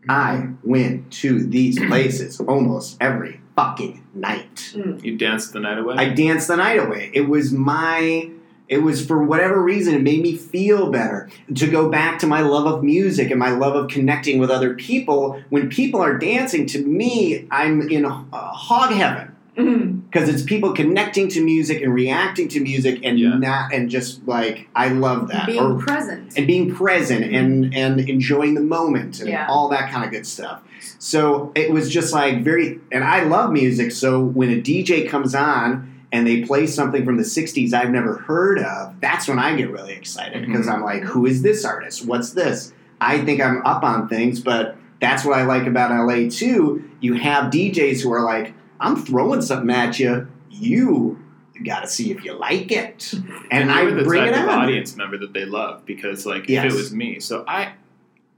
I went to these places almost every fucking night.
you danced the night away.
I danced the night away. It was my. It was for whatever reason, it made me feel better to go back to my love of music and my love of connecting with other people. When people are dancing, to me, I'm in uh, hog heaven
mm,
because it's people connecting to music and reacting to music and
Yeah.
not and just like I love that
being
Or-
present.
and being present
Mm-hmm.
and and enjoying the moment and
Yeah.
all that kind of good stuff. So it was just like very and I love music. So when a DJ comes on and they play something from the '60s I've never heard of, that's when I get really excited
Mm-hmm.
because I'm like, who is this artist? What's this? I think I'm up on things, but that's what I like about LA too. You have DJs who are like, I'm throwing something at you. You got to see if you like it, and,
you
I
were the
bring
type
it
of
on.
audience member that they love because, like,
Yes.
if it was me, so I,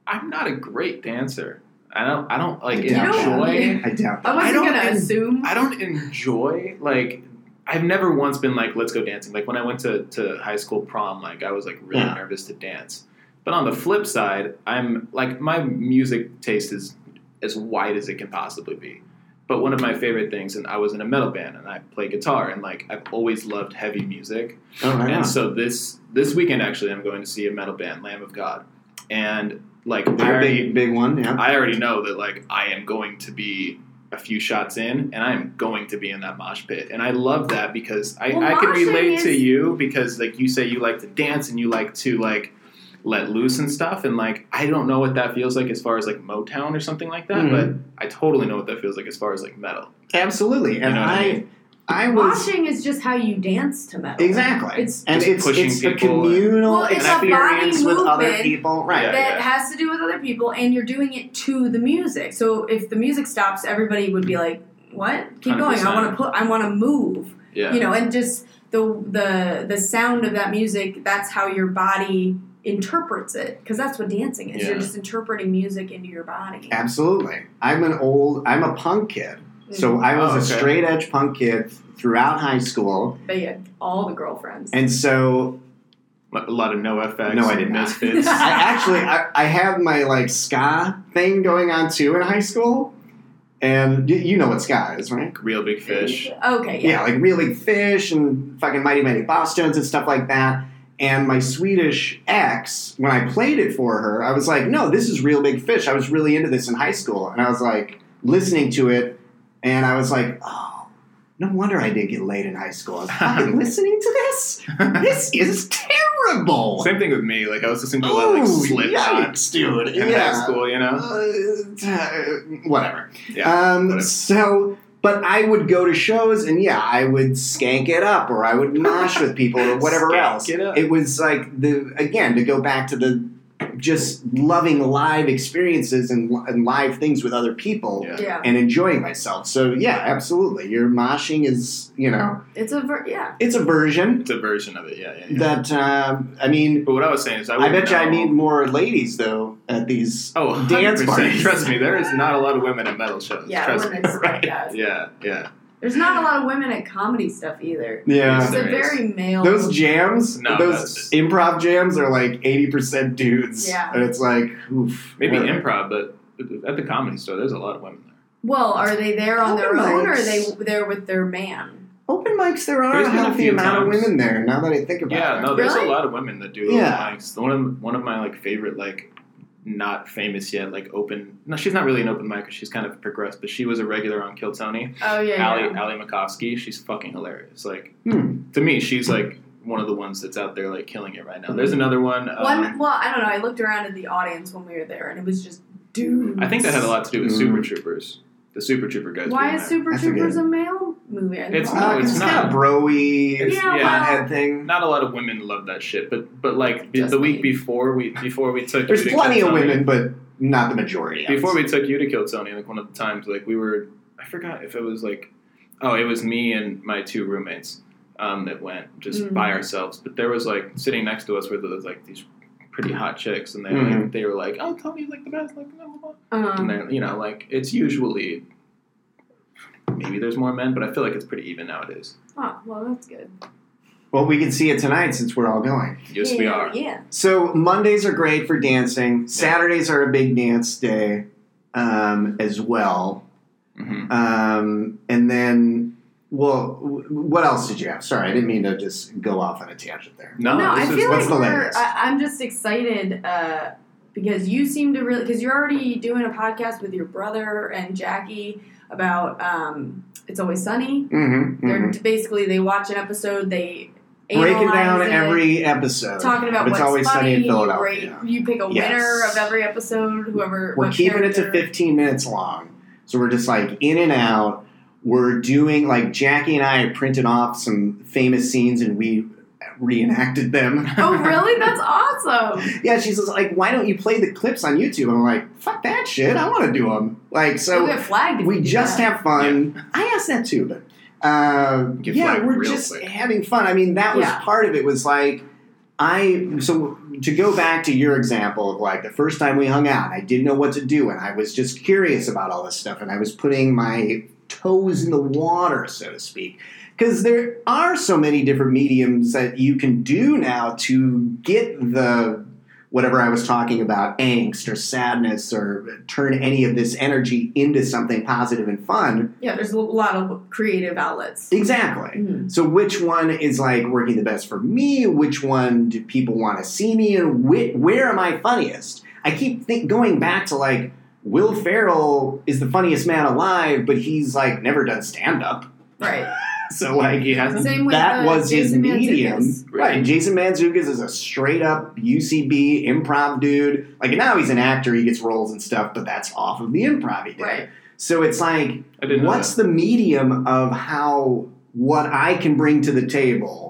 I'm not a great dancer. I don't. I don't like
You don't-
enjoy.
I doubt.
I
I
wasn't
don't
gonna
en-
assume.
I don't enjoy like I've never once been like, let's go dancing. Like when I went to, to high school prom, like I was like really
Yeah.
nervous to dance. But on the flip side, I'm like my music taste is as wide as it can possibly be. But one of my favorite things, and I was in a metal band and I play guitar and like I've always loved heavy music.
Oh, right on.
And so this this weekend actually I'm going to see a metal band, Lamb of God. And like I
They're a
already-
big, big one, yeah.
I already know that like I am going to be a few shots in and I am going to be in that mosh pit. And I love that because I,
Well,
I can
moshing
relate to
is-
you because like you say you like to dance and you like to like let loose and stuff and like I don't know what that feels like as far as like Motown or something like that,
Mhm.
but I totally know what that feels like as far as like metal.
Absolutely. And
know what I
I,
mean?
I was
Moshing is just how you dance to metal.
exactly.
It's-
and
Just
it's
pushing
it's a
people and-
communal
Well, it's
a body
experience with other
movement
people, right?
Yeah.
that has to do with other people and you're doing it to the music so if the music stops everybody would be like what keep going i
100%.
want to put i want to move
Yeah.
you know and just the the the sound of that music that's how your body interprets it because that's what dancing is you're
Yeah.
just interpreting music into your body
Absolutely. I'm an old. I'm a punk kid. So
Mm-hmm.
I was
Oh,
a
okay.
straight edge punk kid throughout high school,
but yeah all the girlfriends
and so
Like, a lot of no effects.
No, I
and
did not.
Misfits.
I actually I, I had my like ska thing going on too in high school, and y- you know what ska is, right?
Real big fish.
okay
yeah, like really fish and fucking mighty mighty Boston's and stuff like that. And my Swedish ex, when I played it for her, I was like, no, this is real big fish. I was really into this in high school, and I was like listening to it, and I was like, oh, no wonder I didn't get laid in high school. I was fucking listening to this. This is terrible.
Same thing with me. Like I was listening to a lot of like
Ooh,
slipknot
Oh, yikes, dude.
in
Yeah.
high school, you know?
Uh, t- whatever.
Yeah.
um,
whatever.
So, but I would go to shows and yeah, I would skank it up or I would mosh with people or whatever
Skank
else.
it up.
was like the, again, to go back to the just loving live experiences and, and live things with other people.
Yeah.
yeah
And enjoying myself, so yeah, absolutely. Your moshing is, you know,
it's a ver- yeah
it's a version
It's a version of it, yeah, yeah, yeah.
that um, I mean,
But what I was saying is, I,
I
wouldn't
bet you I
know-
need more ladies though at these
oh, 100%.
dance parties.
Trust me, there is not a lot of women at metal shows.
yeah I
trust
wouldn't
me.
expect
Yeah, yeah.
There's not a lot of women at comedy stuff either.
Yeah.
Yes,
It's a
there is.
very male.
Those jams,
No,
those
that's-
improv jams are like 80% dudes.
Yeah.
And it's like, oof.
Maybe
Whatever.
improv, but at the comedy store, there's a lot of women there.
well, are they there on their
Open
own or are they
mics.
there with their man?
Open mics, there are
There's
a
been a
healthy
few
amount of
times.
women there now that I think about
Yeah,
it.
no, there's
Really?
a lot of women that do
Yeah.
open mics. One of one of my like favorite like not famous yet like open. No, she's not really an open mic. She's kind of progressed, but she was a regular on Kill Tony.
Oh yeah.
Allie
yeah.
Allie Makovsky, she's fucking hilarious. Like
Hmm.
to me, she's like one of the ones that's out there like killing it right now.
Mm-hmm.
There's another one. Um,
One. Well, I don't know. I looked around at the audience when we were there, and it was just dudes.
I think that had a lot to do with
Mm.
Super Troopers. The Super Trooper guys.
Why
being
is
there.
Super
I forget.
Troopers a male movie? I
It's
thought-
not-
Uh, 'cause
it's
it's kind
not.
of broy,
It's-
Yeah,
yeah.
head thing.
Not a lot of women love that shit, but but like the,
Just
the
me.
week before we before we took
There's
you to
plenty
Kill
of
Tony-
women, but not the majority. I would
Before
say.
we took you to kill Tony, like one of the times, like we were, I forgot if it was like, oh, it was me and my two roommates um, that went just
Mm.
by ourselves. But there was like sitting next to us were those like these pretty hot chicks, and they
Mhm.
like, they were like, oh, Tony's like the best, like blah blah blah. And
Um,
then you know, like it's usually maybe there's more men, but I feel like it's pretty even nowadays.
oh, well, that's good.
well, we can see it tonight since we're all going.
Yes, we
Yeah,
are.
Yeah.
So Mondays are great for dancing. Saturdays are a big dance day um, as well.
hmm
Um, and then, well, w- what else did you have? Sorry, I didn't mean to just go off on a tangent there.
No,
no,
this
I
is
feel
what's
like
the
we're,
latest?
I, I'm just excited uh, because you seem to really because you're already doing a podcast with your brother and Jackie about um, it's always sunny.
Mm-hmm,
They're basically they watch an episode, they
Breaking down
analyze it,
every episode.
talking about
It's
what's
always
funny.
sunny in
you
Philadelphia.
rate- You, pick a
Yes.
winner of every episode. Whoever
We're
what
keeping it to
character-
15 minutes long. So we're just like in and out. We're doing like Jackie and I printed off some famous scenes and we reenacted them.
Oh really? That's awesome.
Yeah, she's just like, why don't you play the clips on YouTube? I'm like, fuck that shit. I want to do them. Like,
You'll
so
get flagged. if
we
you do
just
that.
have fun. I asked that too, but uh,
Get
yeah,
flagged
we're
real
just
quick.
having fun. I mean, that was
Yeah.
part of it. Was like, I so to go back to your example of like the first time we hung out, I didn't know what to do, and I was just curious about all this stuff, and I was putting my toes in the water, so to speak. Because there are so many different mediums that you can do now to get the whatever I was talking about, angst or sadness, or turn any of this energy into something positive and fun.
yeah. There's a lot of creative outlets.
Exactly.
Mhm.
So which one is like working the best for me? Which one do people want to see me in? Wh- where am I funniest? I keep think- going back to like Will Ferrell is the funniest man alive, but he's like never done stand up.
Right.
So like
he hasn't.
Same with
that
uh,
was
Jason
his medium.
Mantzoukas.
Right. Jason Manzukas is a straight up UCB improv dude. Like now he's an actor, he gets roles and stuff, but that's off of the improv he did.
Right.
So it's like
I didn't. know
what's the medium of how what I can bring to the table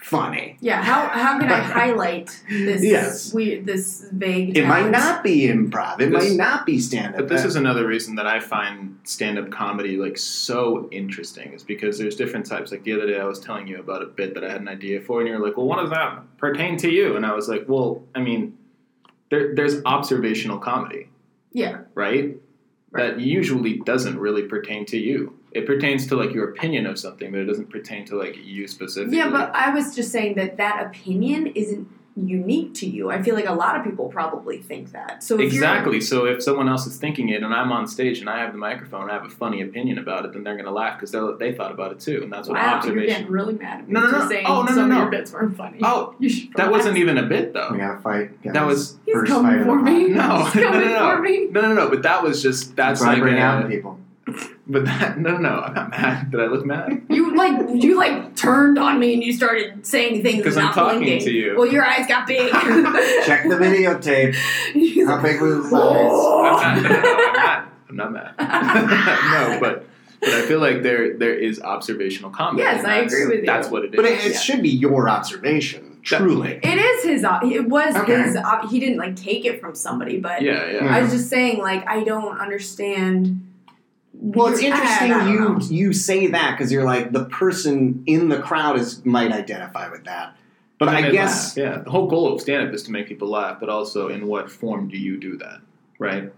funny?
Yeah. How how can I highlight this
Yes.
weird this vague?
It might
talent?
not be improv. It
This-
might not be stand up.
But this is another reason that I find stand-up comedy like so interesting is because there's different types. Like the other day, I was telling you about a bit that I had an idea for, and you're like, "Well, what does that pertain to you?" And I was like, "Well, I mean, there, there's observational comedy,
Yeah.
right? That usually doesn't really pertain to you. It pertains to like your opinion of something, but it doesn't pertain to like you specifically.
Yeah, but I was just saying that that opinion isn't unique to you. I feel like a lot of people probably think that. So if
Exactly. So if someone else is thinking it, and I'm on stage and I have the microphone and I have a funny opinion about it, then they're going to laugh because they thought about it too, and that's
You're,
what
wow, you're
observation
getting really mad at me
No, no,
for
no.
saying
Oh, no, no,
some
no.
of your bits weren't funny.
Oh,
you should
that wasn't even a bit though.
we gotta fight. guys.
That was
He's
first
coming
fight of
for
the
me.
night.
no, no,
He's
no,
coming
no,
for me.
no, no, no. But that was just that's
why I
like
bring
a-
out people.
But that no, no, no. I'm not mad. Did I look mad?
You like you like turned on me and you started saying things
Because
and
I'm
not
talking
blinking.
to you.
Well, your eyes got big.
Check the videotape.
He's
How
like,
big was his eyes?
I'm not.
"Whoa."
No, no, I'm not. I'm not mad. no, but but I feel like there there is observational comedy.
Yes,
and
I
that's-
agree with you.
That's what it is.
But it, it
Yeah.
should be your observation,
That-
truly.
It is his. op- It was
Okay.
his. op- He didn't like take it from somebody, but
yeah, yeah.
I
Hmm.
was just saying, like, I don't understand.
Well, it's
your
interesting
ad, I don't
you
know.
you say that because you're like the person in the crowd is might identify with that, but
And
I
they
guess
laugh. yeah. The whole goal of stand up is to make people laugh, but also in what form do you do that? Right.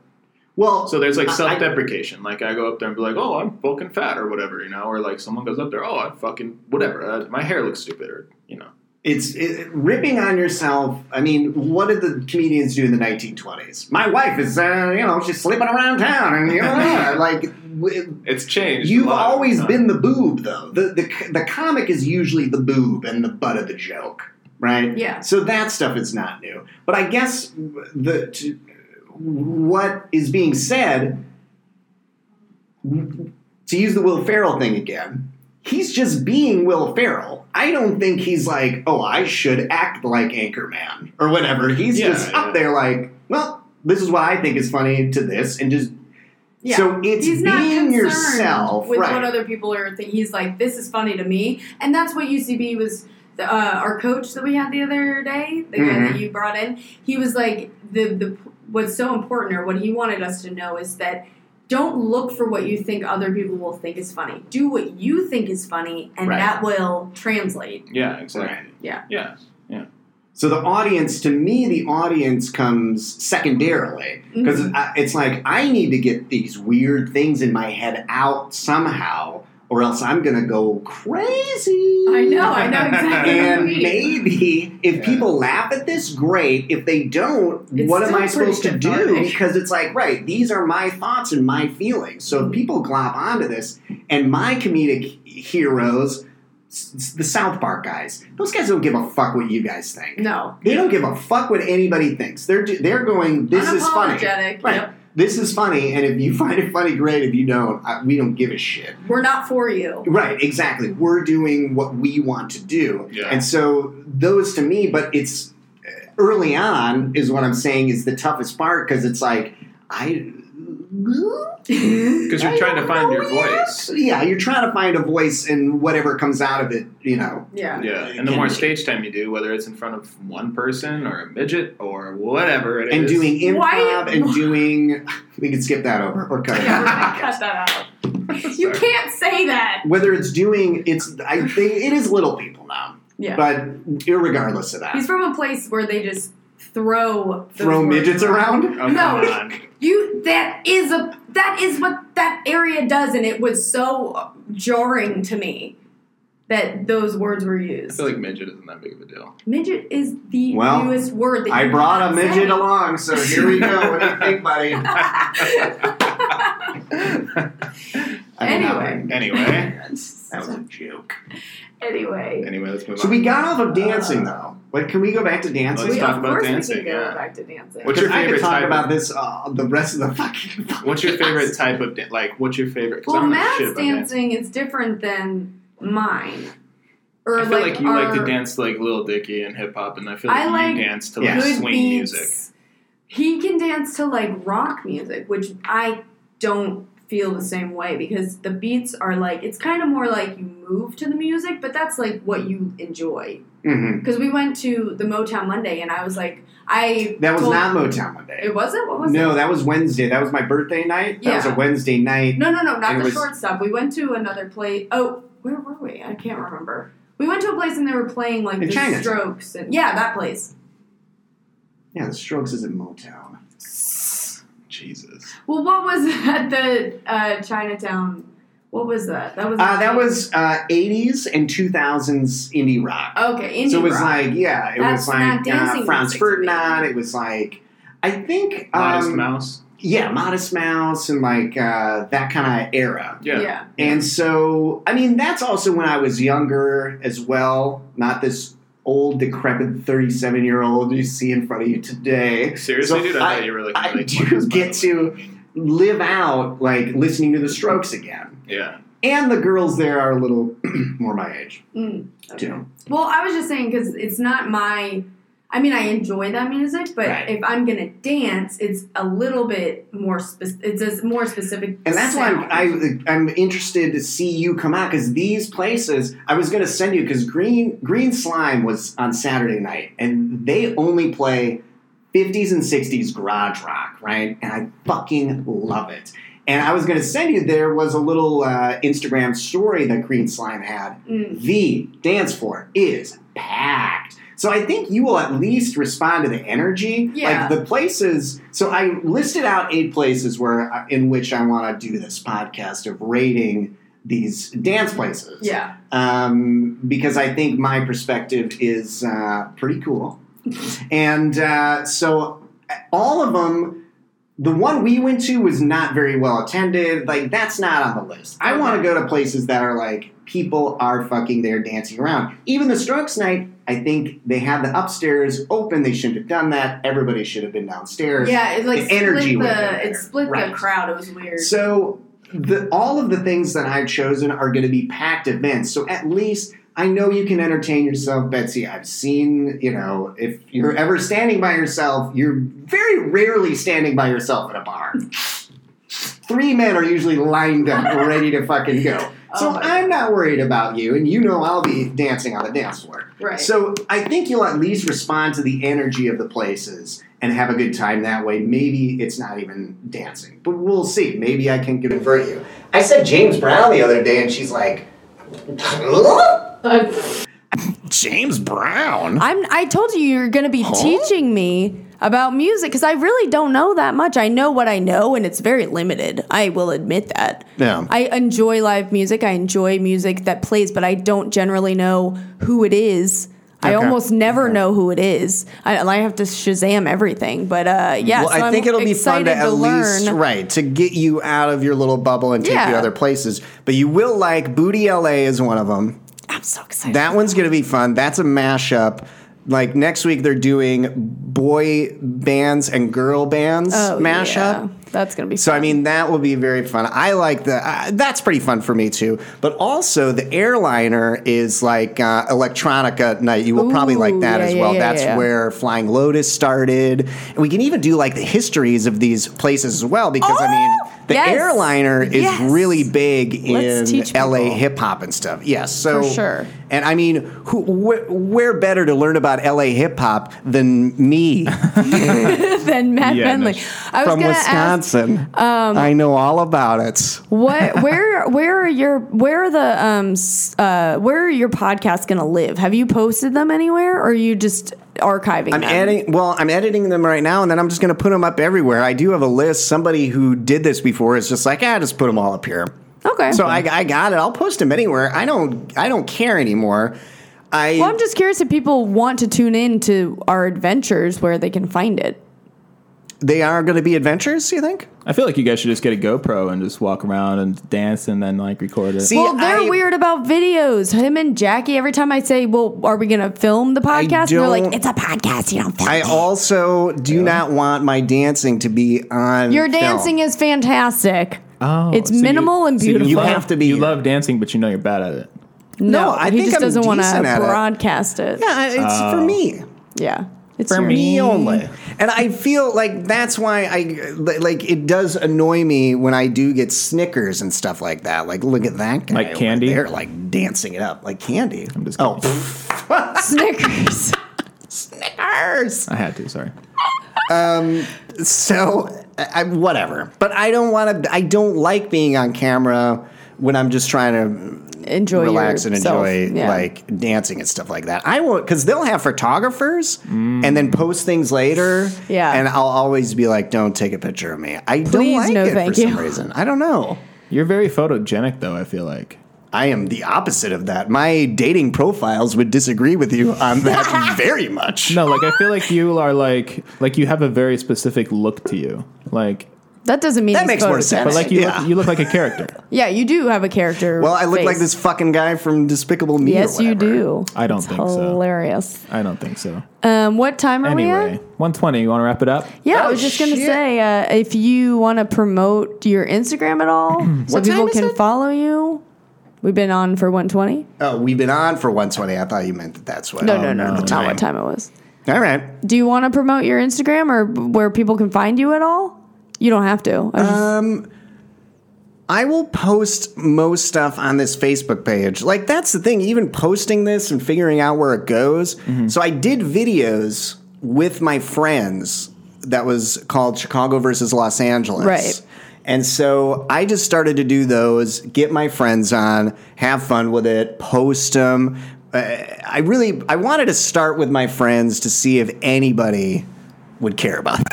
Well,
So there's like
I- I-
self deprecation. Like I go up there and be like, "Oh, I'm fucking fat" or whatever, you know, or like someone goes up there, "Oh, I'm fucking whatever. Uh, my hair looks stupid," or you know.
it's it, ripping on yourself. I mean, what did the comedians do in the 1920s? My wife is, uh, you know, she's sleeping around town, and you know, like. w-
It's changed. a
You've
lot.
always
Uh,
been the boob, though. The, the the comic is usually the boob and the butt of the joke, right?
Yeah.
So that stuff is not new. But I guess the to, what is being said to use the Will Ferrell thing again. He's just being Will Ferrell. I don't think he's like, oh, I should act like Anchorman or whatever. He's
Yeah,
just
yeah.
up there like, well, this is what I think is funny to this, and just
Yeah.
so it's
He's not
being
concerned
yourself,
with
right?
what other people are thinking. He's like, this is funny to me, and that's what UCB was. Uh, our coach that we had the other day, the guy
Mm-hmm.
that you brought in, he was like, the the what's so important or what he wanted us to know is that don't look for what you think other people will think is funny. Do what you think is funny, and
Right.
that will translate.
Yeah, exactly.
Yeah.
Yeah.
So the audience, to me, the audience comes secondarily because
Mhm.
it's like I need to get these weird things in my head out somehow, or else I'm going to go crazy.
I know, I know exactly. what you
And
mean.
maybe if
Yeah.
people laugh at this, great. If they don't,
It's
what am
still
I supposed to
pretty
do?
cathartic.
Because it's like, right, these are my thoughts and my feelings.
Mm-hmm.
So if people glop onto this, and my comedic heroes, s- s- the South Park guys, those guys don't give a fuck what you guys think.
no,
They don't give a fuck what anybody thinks. They're do- they're going. This is funny.
Unapologetic.
Right.
Yep.
This is funny, and if you find it funny, great. If you don't, I, we don't give a shit.
We're not for you.
Right, exactly. We're doing what we want to do.
Yeah.
And so those to me, but it's uh, early on is what I'm saying is the toughest part because it's like I
Because you're trying to find your voice.
yeah, you're trying to find a voice and whatever comes out of it, you know.
yeah.
Yeah, and the more stage time you do, whether it's in front of one person or a midget or whatever it is,
And doing improv
Why-
and doing we can skip that over or cut it.
Yeah, we're gonna cut that out. You
Sorry.
can't say that.
Whether it's doing it's I think it is little people now.
Yeah.
But irregardless of that.
He's from a place where they just throw those
Throw
words
midgets around?
Oh, come
No.
on.
You that is a that is what that area does, and it was so jarring to me that those words were
I
used.
feel like midget isn't that big of a deal.
midget is the
Well,
newest word that
I
you
brought
cannot
a
say.
midget along, so here we go. What do you think, buddy? I mean, not
Anyway.
like-
anyway,
that was a joke.
anyway,
anyway, let's move
So
on.
we got off of dancing though. Like, can we go back to
Let's
dancing?
we,
talk
of
about
course we
dancing,
can go
yeah.
back to dancing.
What's your
'Cause I could
favorite
talk
type
about this uh, the rest of the fucking.
What's your favorite type of dan- like? What's your favorite? 'cause
well,
I'm not
Matt's
shit about
dancing is different than mine. Or
I feel
like,
like, you like to
our-
dance like Lil Dicky and hip hop, and I feel
I
like,
like
you dance to
Yeah.
like
good
swing
beats.
music.
He can dance to like rock music, which I don't feel the same way because the beats are like it's kind of more like you move to the music, but that's like what you enjoy.
Mhm.
Because we went to the Motown Monday, and I was like, I
That was
told-
not Motown Monday.
It wasn't. What was
no,
it?
that was Wednesday. That was my birthday night. That was a
Yeah.
Wednesday night.
No, no, no, not
It
the
was-
shortstop. We went to another place. Oh, where were we? I can't remember. We went to a place and they were playing like
In
the
Chinatown.
Strokes and yeah, that place.
Yeah, the Strokes isn't Motown.
Jesus,
Well, what was at the uh, Chinatown? What was that? That was
Uh, that was uh, 80s and 2000s indie rock.
Okay, Oh, indie
so it was
rock.
like yeah, it
That's
was like
not dancing
uh, Franz
music to me.
Ferdinand. It was like I think um,
Modest Mouse.
yeah, Modest Mouse and like uh, that kind of era.
Yeah.
And so, I mean, that's also when I was younger as well, not this old, decrepit 37 year old you see in front of you today.
Seriously,
So
dude, I,
I-
thought you were like.
I
like,
do
Modest
get
Mouse.
to live out like listening to the strokes again.
Yeah.
And the girls there are a little more my age,
Mm, okay.
too.
Well, I was just saying because it's not my. I mean, I enjoy that music, but
Right.
if I'm gonna dance, it's a little bit more. Spe- it's a more specific.
And that's why
sound.
I'm, I, I'm interested to see you come out because these places I was going to send you because Green Green Slime was on Saturday night and they only play 50s and 60s garage rock, right? And I fucking love it. And I was going to send you there was a little uh, Instagram story that Green Slime had.
Mm.
The dance floor is packed. So I think you will at least respond to the energy,
Yeah.
like the places. So I listed out eight places where uh, in which I want to do this podcast of rating these dance places.
Yeah.
um, because I think my perspective is uh, pretty cool. and uh, so all of them, the one we went to was not very well attended. Like, that's not on the list. I want to go to places that are like, people are fucking there dancing around. Even the Strokes night, I think they had the upstairs open. They shouldn't have done that. Everybody should have been downstairs.
Yeah, it like
The energy
split
went in
the
there.
it split
Right.
the crowd. It was weird.
So the, all of the things that I've chosen are going to be packed events. So at least I know you can entertain yourself, Betsy. I've seen, you know, if you're ever standing by yourself, you're very rarely standing by yourself at a bar. Three men are usually lined up, ready to fucking go. So
Oh my
I'm not worried about you, and you know I'll be dancing on the dance floor.
right.
So I think you'll at least respond to the energy of the places and have a good time that way. Maybe it's not even dancing, but we'll see. Maybe I can convert you. I said James Brown the other day, and she's like, James Brown?
I'm. I told you you're going to be teaching me about music because I really don't know that much. I know what I know, and it's very limited. I will admit that.
Yeah.
I enjoy live music. I enjoy music that plays, but I don't generally know who it is. I
Okay.
almost never know who it is. I, I have to Shazam everything, but uh, yeah.
well,
so
I
I'm
think it'll be fun
excited
to at
learn.
least right to get you out of your little bubble and take you
Yeah.
other places. But you will like Booty LA is one of them.
I'm so excited.
That one's going to be fun. That's a mashup. Like next week, they're doing boy bands and girl bands
Oh,
mashup.
yeah. That's gonna be
So I mean, that will be very fun. I like the uh, that's pretty fun for me too. But also, the airliner is like uh, electronica night. You will probably like
Ooh,
that
yeah,
as
yeah,
well.
yeah,
that's
yeah.
where Flying Lotus started, and we can even do like the histories of these places as well. Because I mean, the
Oh, yes.
airliner is
Yes.
really big
Let's
in
teach
LA
people.
hip hop and stuff. Yes, so
For sure.
And I mean, who, wh- where better to learn about LA hip hop than me
than Matt
Yeah, no
Bentley.
sh-
I was
from
gonna ask um,
Wisconsin? I know all about it.
What? Where? Where are your? Where are the? Um. s- Uh. Where are your podcasts going to live? Have you posted them anywhere, or are you just archiving?
I'm
them?
editing. Well, I'm editing them right now, and then I'm just going to put them up everywhere. I do have a list. Somebody who did this before is just like, ah, just put them all up here.
Okay.
So I, I got it. I'll post them anywhere. I don't. I don't care anymore. I.
well, I'm just curious if people want to tune in to our adventures, where they can find it.
they are going to be adventures. You think?
I feel like you guys should just get a GoPro and just walk around and dance and then like record it.
See,
well, they're
I-
weird about videos. Him and Jackie. Every time I say, "Well, are we going to film the podcast?" and they're like,
don't-
"It's a podcast. You don't film."
I also do not want my dancing to be on.
your
film.
dancing is fantastic.
Oh,
it's
so you-
minimal and
so you
beautiful.
You
love-
have to be
You
here.
love dancing, but you know you're bad at it.
no,
No, I
he
think
just
I'm
doesn't want to
decent at it.
broadcast it.
Yeah, I- it's for me.
Yeah. It's
For
your-
me.
me only. And I feel like that's why I like it does annoy me when I do get Snickers and stuff like that. Like, look at that guy.
Like
over
candy?
there, like dancing it up, like candy. I'm
just
oh, pff,
Snickers.
Snickers.
I had to. Sorry.
So, I, whatever. But I don't want to. I don't like being on camera when I'm just trying to
enjoy
relax and
yourself.
enjoy
Yeah.
like dancing and stuff like that. I won't because they'll have photographers and then post things later.
Yeah.
and I'll always be like, "Don't take a picture of me." I don't
Please,
like
no,
it
thank
for some
you.
reason. I don't know.
You're very photogenic, though. I feel like.
I am the opposite of that. My dating profiles would disagree with you on that very much.
No, like I feel like you are like like you have a very specific look to you. Like,
that doesn't mean
That
he's
makes more
photogenic.
sense.
but like you
Yeah.
look, you look like a character.
Yeah, you do have a character.
Well, I look like
face.
this fucking guy from Despicable Me. or
Yes, you
whatever.
do.
I don't
It's
think so.
Hilarious.
I don't think so.
Um, what time are we
Anyway,
at?
120. You want to wrap it up?
Yeah, I
Oh,
was just gonna
shit.
say uh, if you want to promote your Instagram at all, so
What time
people
is
can
it?
follow you. We've been on for 120.
Oh, we've been on for 120. I thought you meant that. That's what.
No, no, no,
no,
not
time.
what time it was.
All right.
Do you want to promote your Instagram or b- where people can find you at all? You don't have to. I was just-
Um, I will post most stuff on this Facebook page. Like that's the thing, even posting this and figuring out where it goes.
Mm-hmm.
So I did videos with my friends that was called Chicago versus Los Angeles.
Right.
And so I just started to do those, get my friends on, have fun with it, post them. I I really I wanted to start with my friends to see if anybody would care about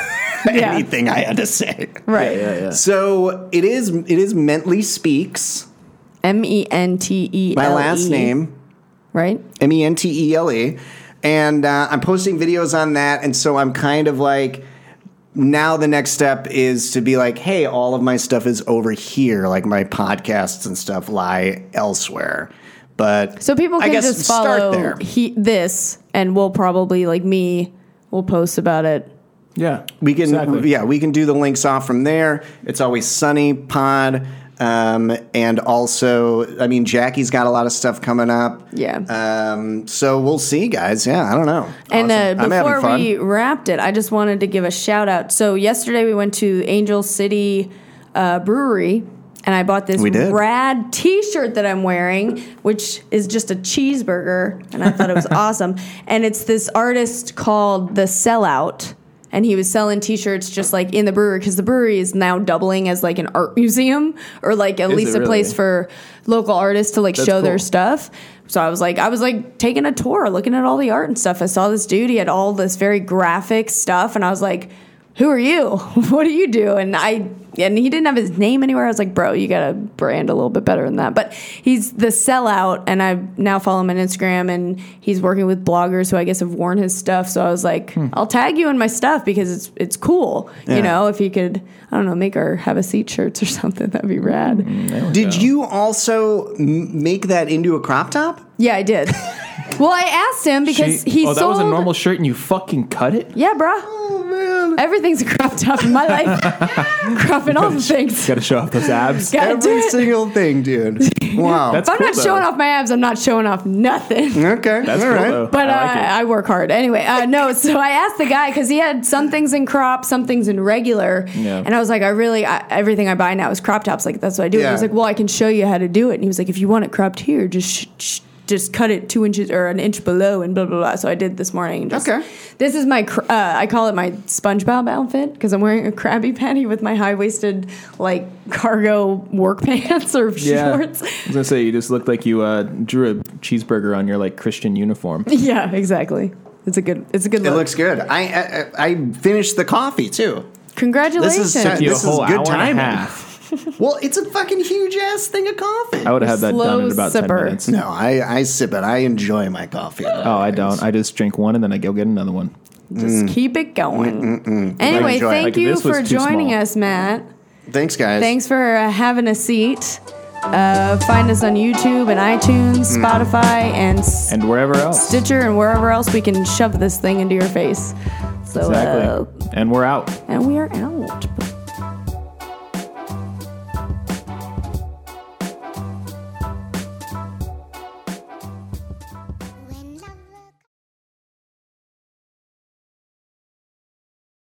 Yeah.
anything I had to say.
Right.
So it is it is Mentally Speaks,
M E N T E L
my
E.
last name.
Right?
M E N T E L E. And uh, I'm posting videos on that. And so I'm kind of like, now the next step is to be like, hey, all of my stuff is over here. Like my podcasts and stuff lie elsewhere. But
So people
I
can
guess
just
start
follow
there.
he, this, and we'll probably like me will post about it.
Yeah.
we can,
Exactly.
yeah, we can do the links off from there. It's always Sunny Pod. Um, and also, I mean, Jackie's got a lot of stuff coming up.
Yeah.
Um, so we'll see, guys. Yeah, I don't know.
And
Awesome.
uh,
I'm having
before
fun.
we wrapped it, I just wanted to give a shout out. So yesterday we went to Angel City uh, Brewery, and I bought this
We did.
rad T-shirt that I'm wearing, which is just a cheeseburger, and I thought it was awesome. And it's this artist called the Sellout. And he was selling T-shirts just like in the brewery because the brewery is now doubling as like an art museum or like at
Is it
least a place
really?
for local artists to like
That's
show their
cool.
stuff. So I was like, I was like taking a tour, looking at all the art and stuff. I saw this dude, he had all this very graphic stuff, and I was like, Who are you? what do you do? And I and he didn't have his name anywhere. I was like, Bro, you gotta brand a little bit better than that. But he's the sellout, and I now follow him on Instagram, and he's working with bloggers who I guess have worn his stuff. So I was like,
Hmm.
I'll tag you in my stuff because it's it's cool. You know, if you could, I don't know, make our have a seat shirts or something, that'd be rad.
Hmm.
Did you also m- make that into a crop top?
Yeah, I did. well, I asked him because he
oh,
sold.
that was a normal shirt and you fucking cut it?
yeah, bruh.
Oh man.
Everything's a crop top in my life. Cropping all the things.
Gotta show off those abs.
Gotta do
Every
it.
single thing, dude. Wow.
That's
if I'm
cool,
not
though.
showing off my abs, I'm not showing off nothing.
okay.
That's
all
cool,
right.
though.
But
I like
uh,
it.
I work hard anyway. Uh, no, so I asked the guy because he had some things in crop, some things in regular,
Yeah.
and I was like, I really I, everything I buy now is crop tops. Like that's what I do. And
Yeah.
he was like, Well, I can show you how to do it. And he was like, If you want it cropped here, just sh- sh- just cut it two inches or an inch below, and blah blah blah. So I did this morning. And just,
Okay.
This is my cr- uh, I call it my SpongeBob outfit because I'm wearing a Krabby Patty with my high waisted like cargo work pants or
Yeah.
shorts.
I was gonna say you just looked like you uh, drew a cheeseburger on your like Christian uniform.
Yeah, exactly. It's a good. It's a good
It
look.
looks good. I, I I- I finished the coffee too.
Congratulations.
Took you a This is whole good hour and a timing.
half.
Well, it's a fucking huge ass thing of coffee.
I would have had that done
Slow
in about
sipper.
ten minutes.
no, I, I sip it. I enjoy my coffee.
Oh, I don't. I just drink one and then I go get another one.
Just keep it going.
Enjoy
Anyway,
it.
thank
Like,
you
this was
for
too
joining
small.
us, Matt.
Thanks, guys.
Thanks for uh, having a seat. Uh, find us on YouTube and iTunes, Spotify, and, S-
And wherever else.
Stitcher, and wherever else we can shove this thing into your face. So,
Exactly.
uh,
and we're out.
and we are out.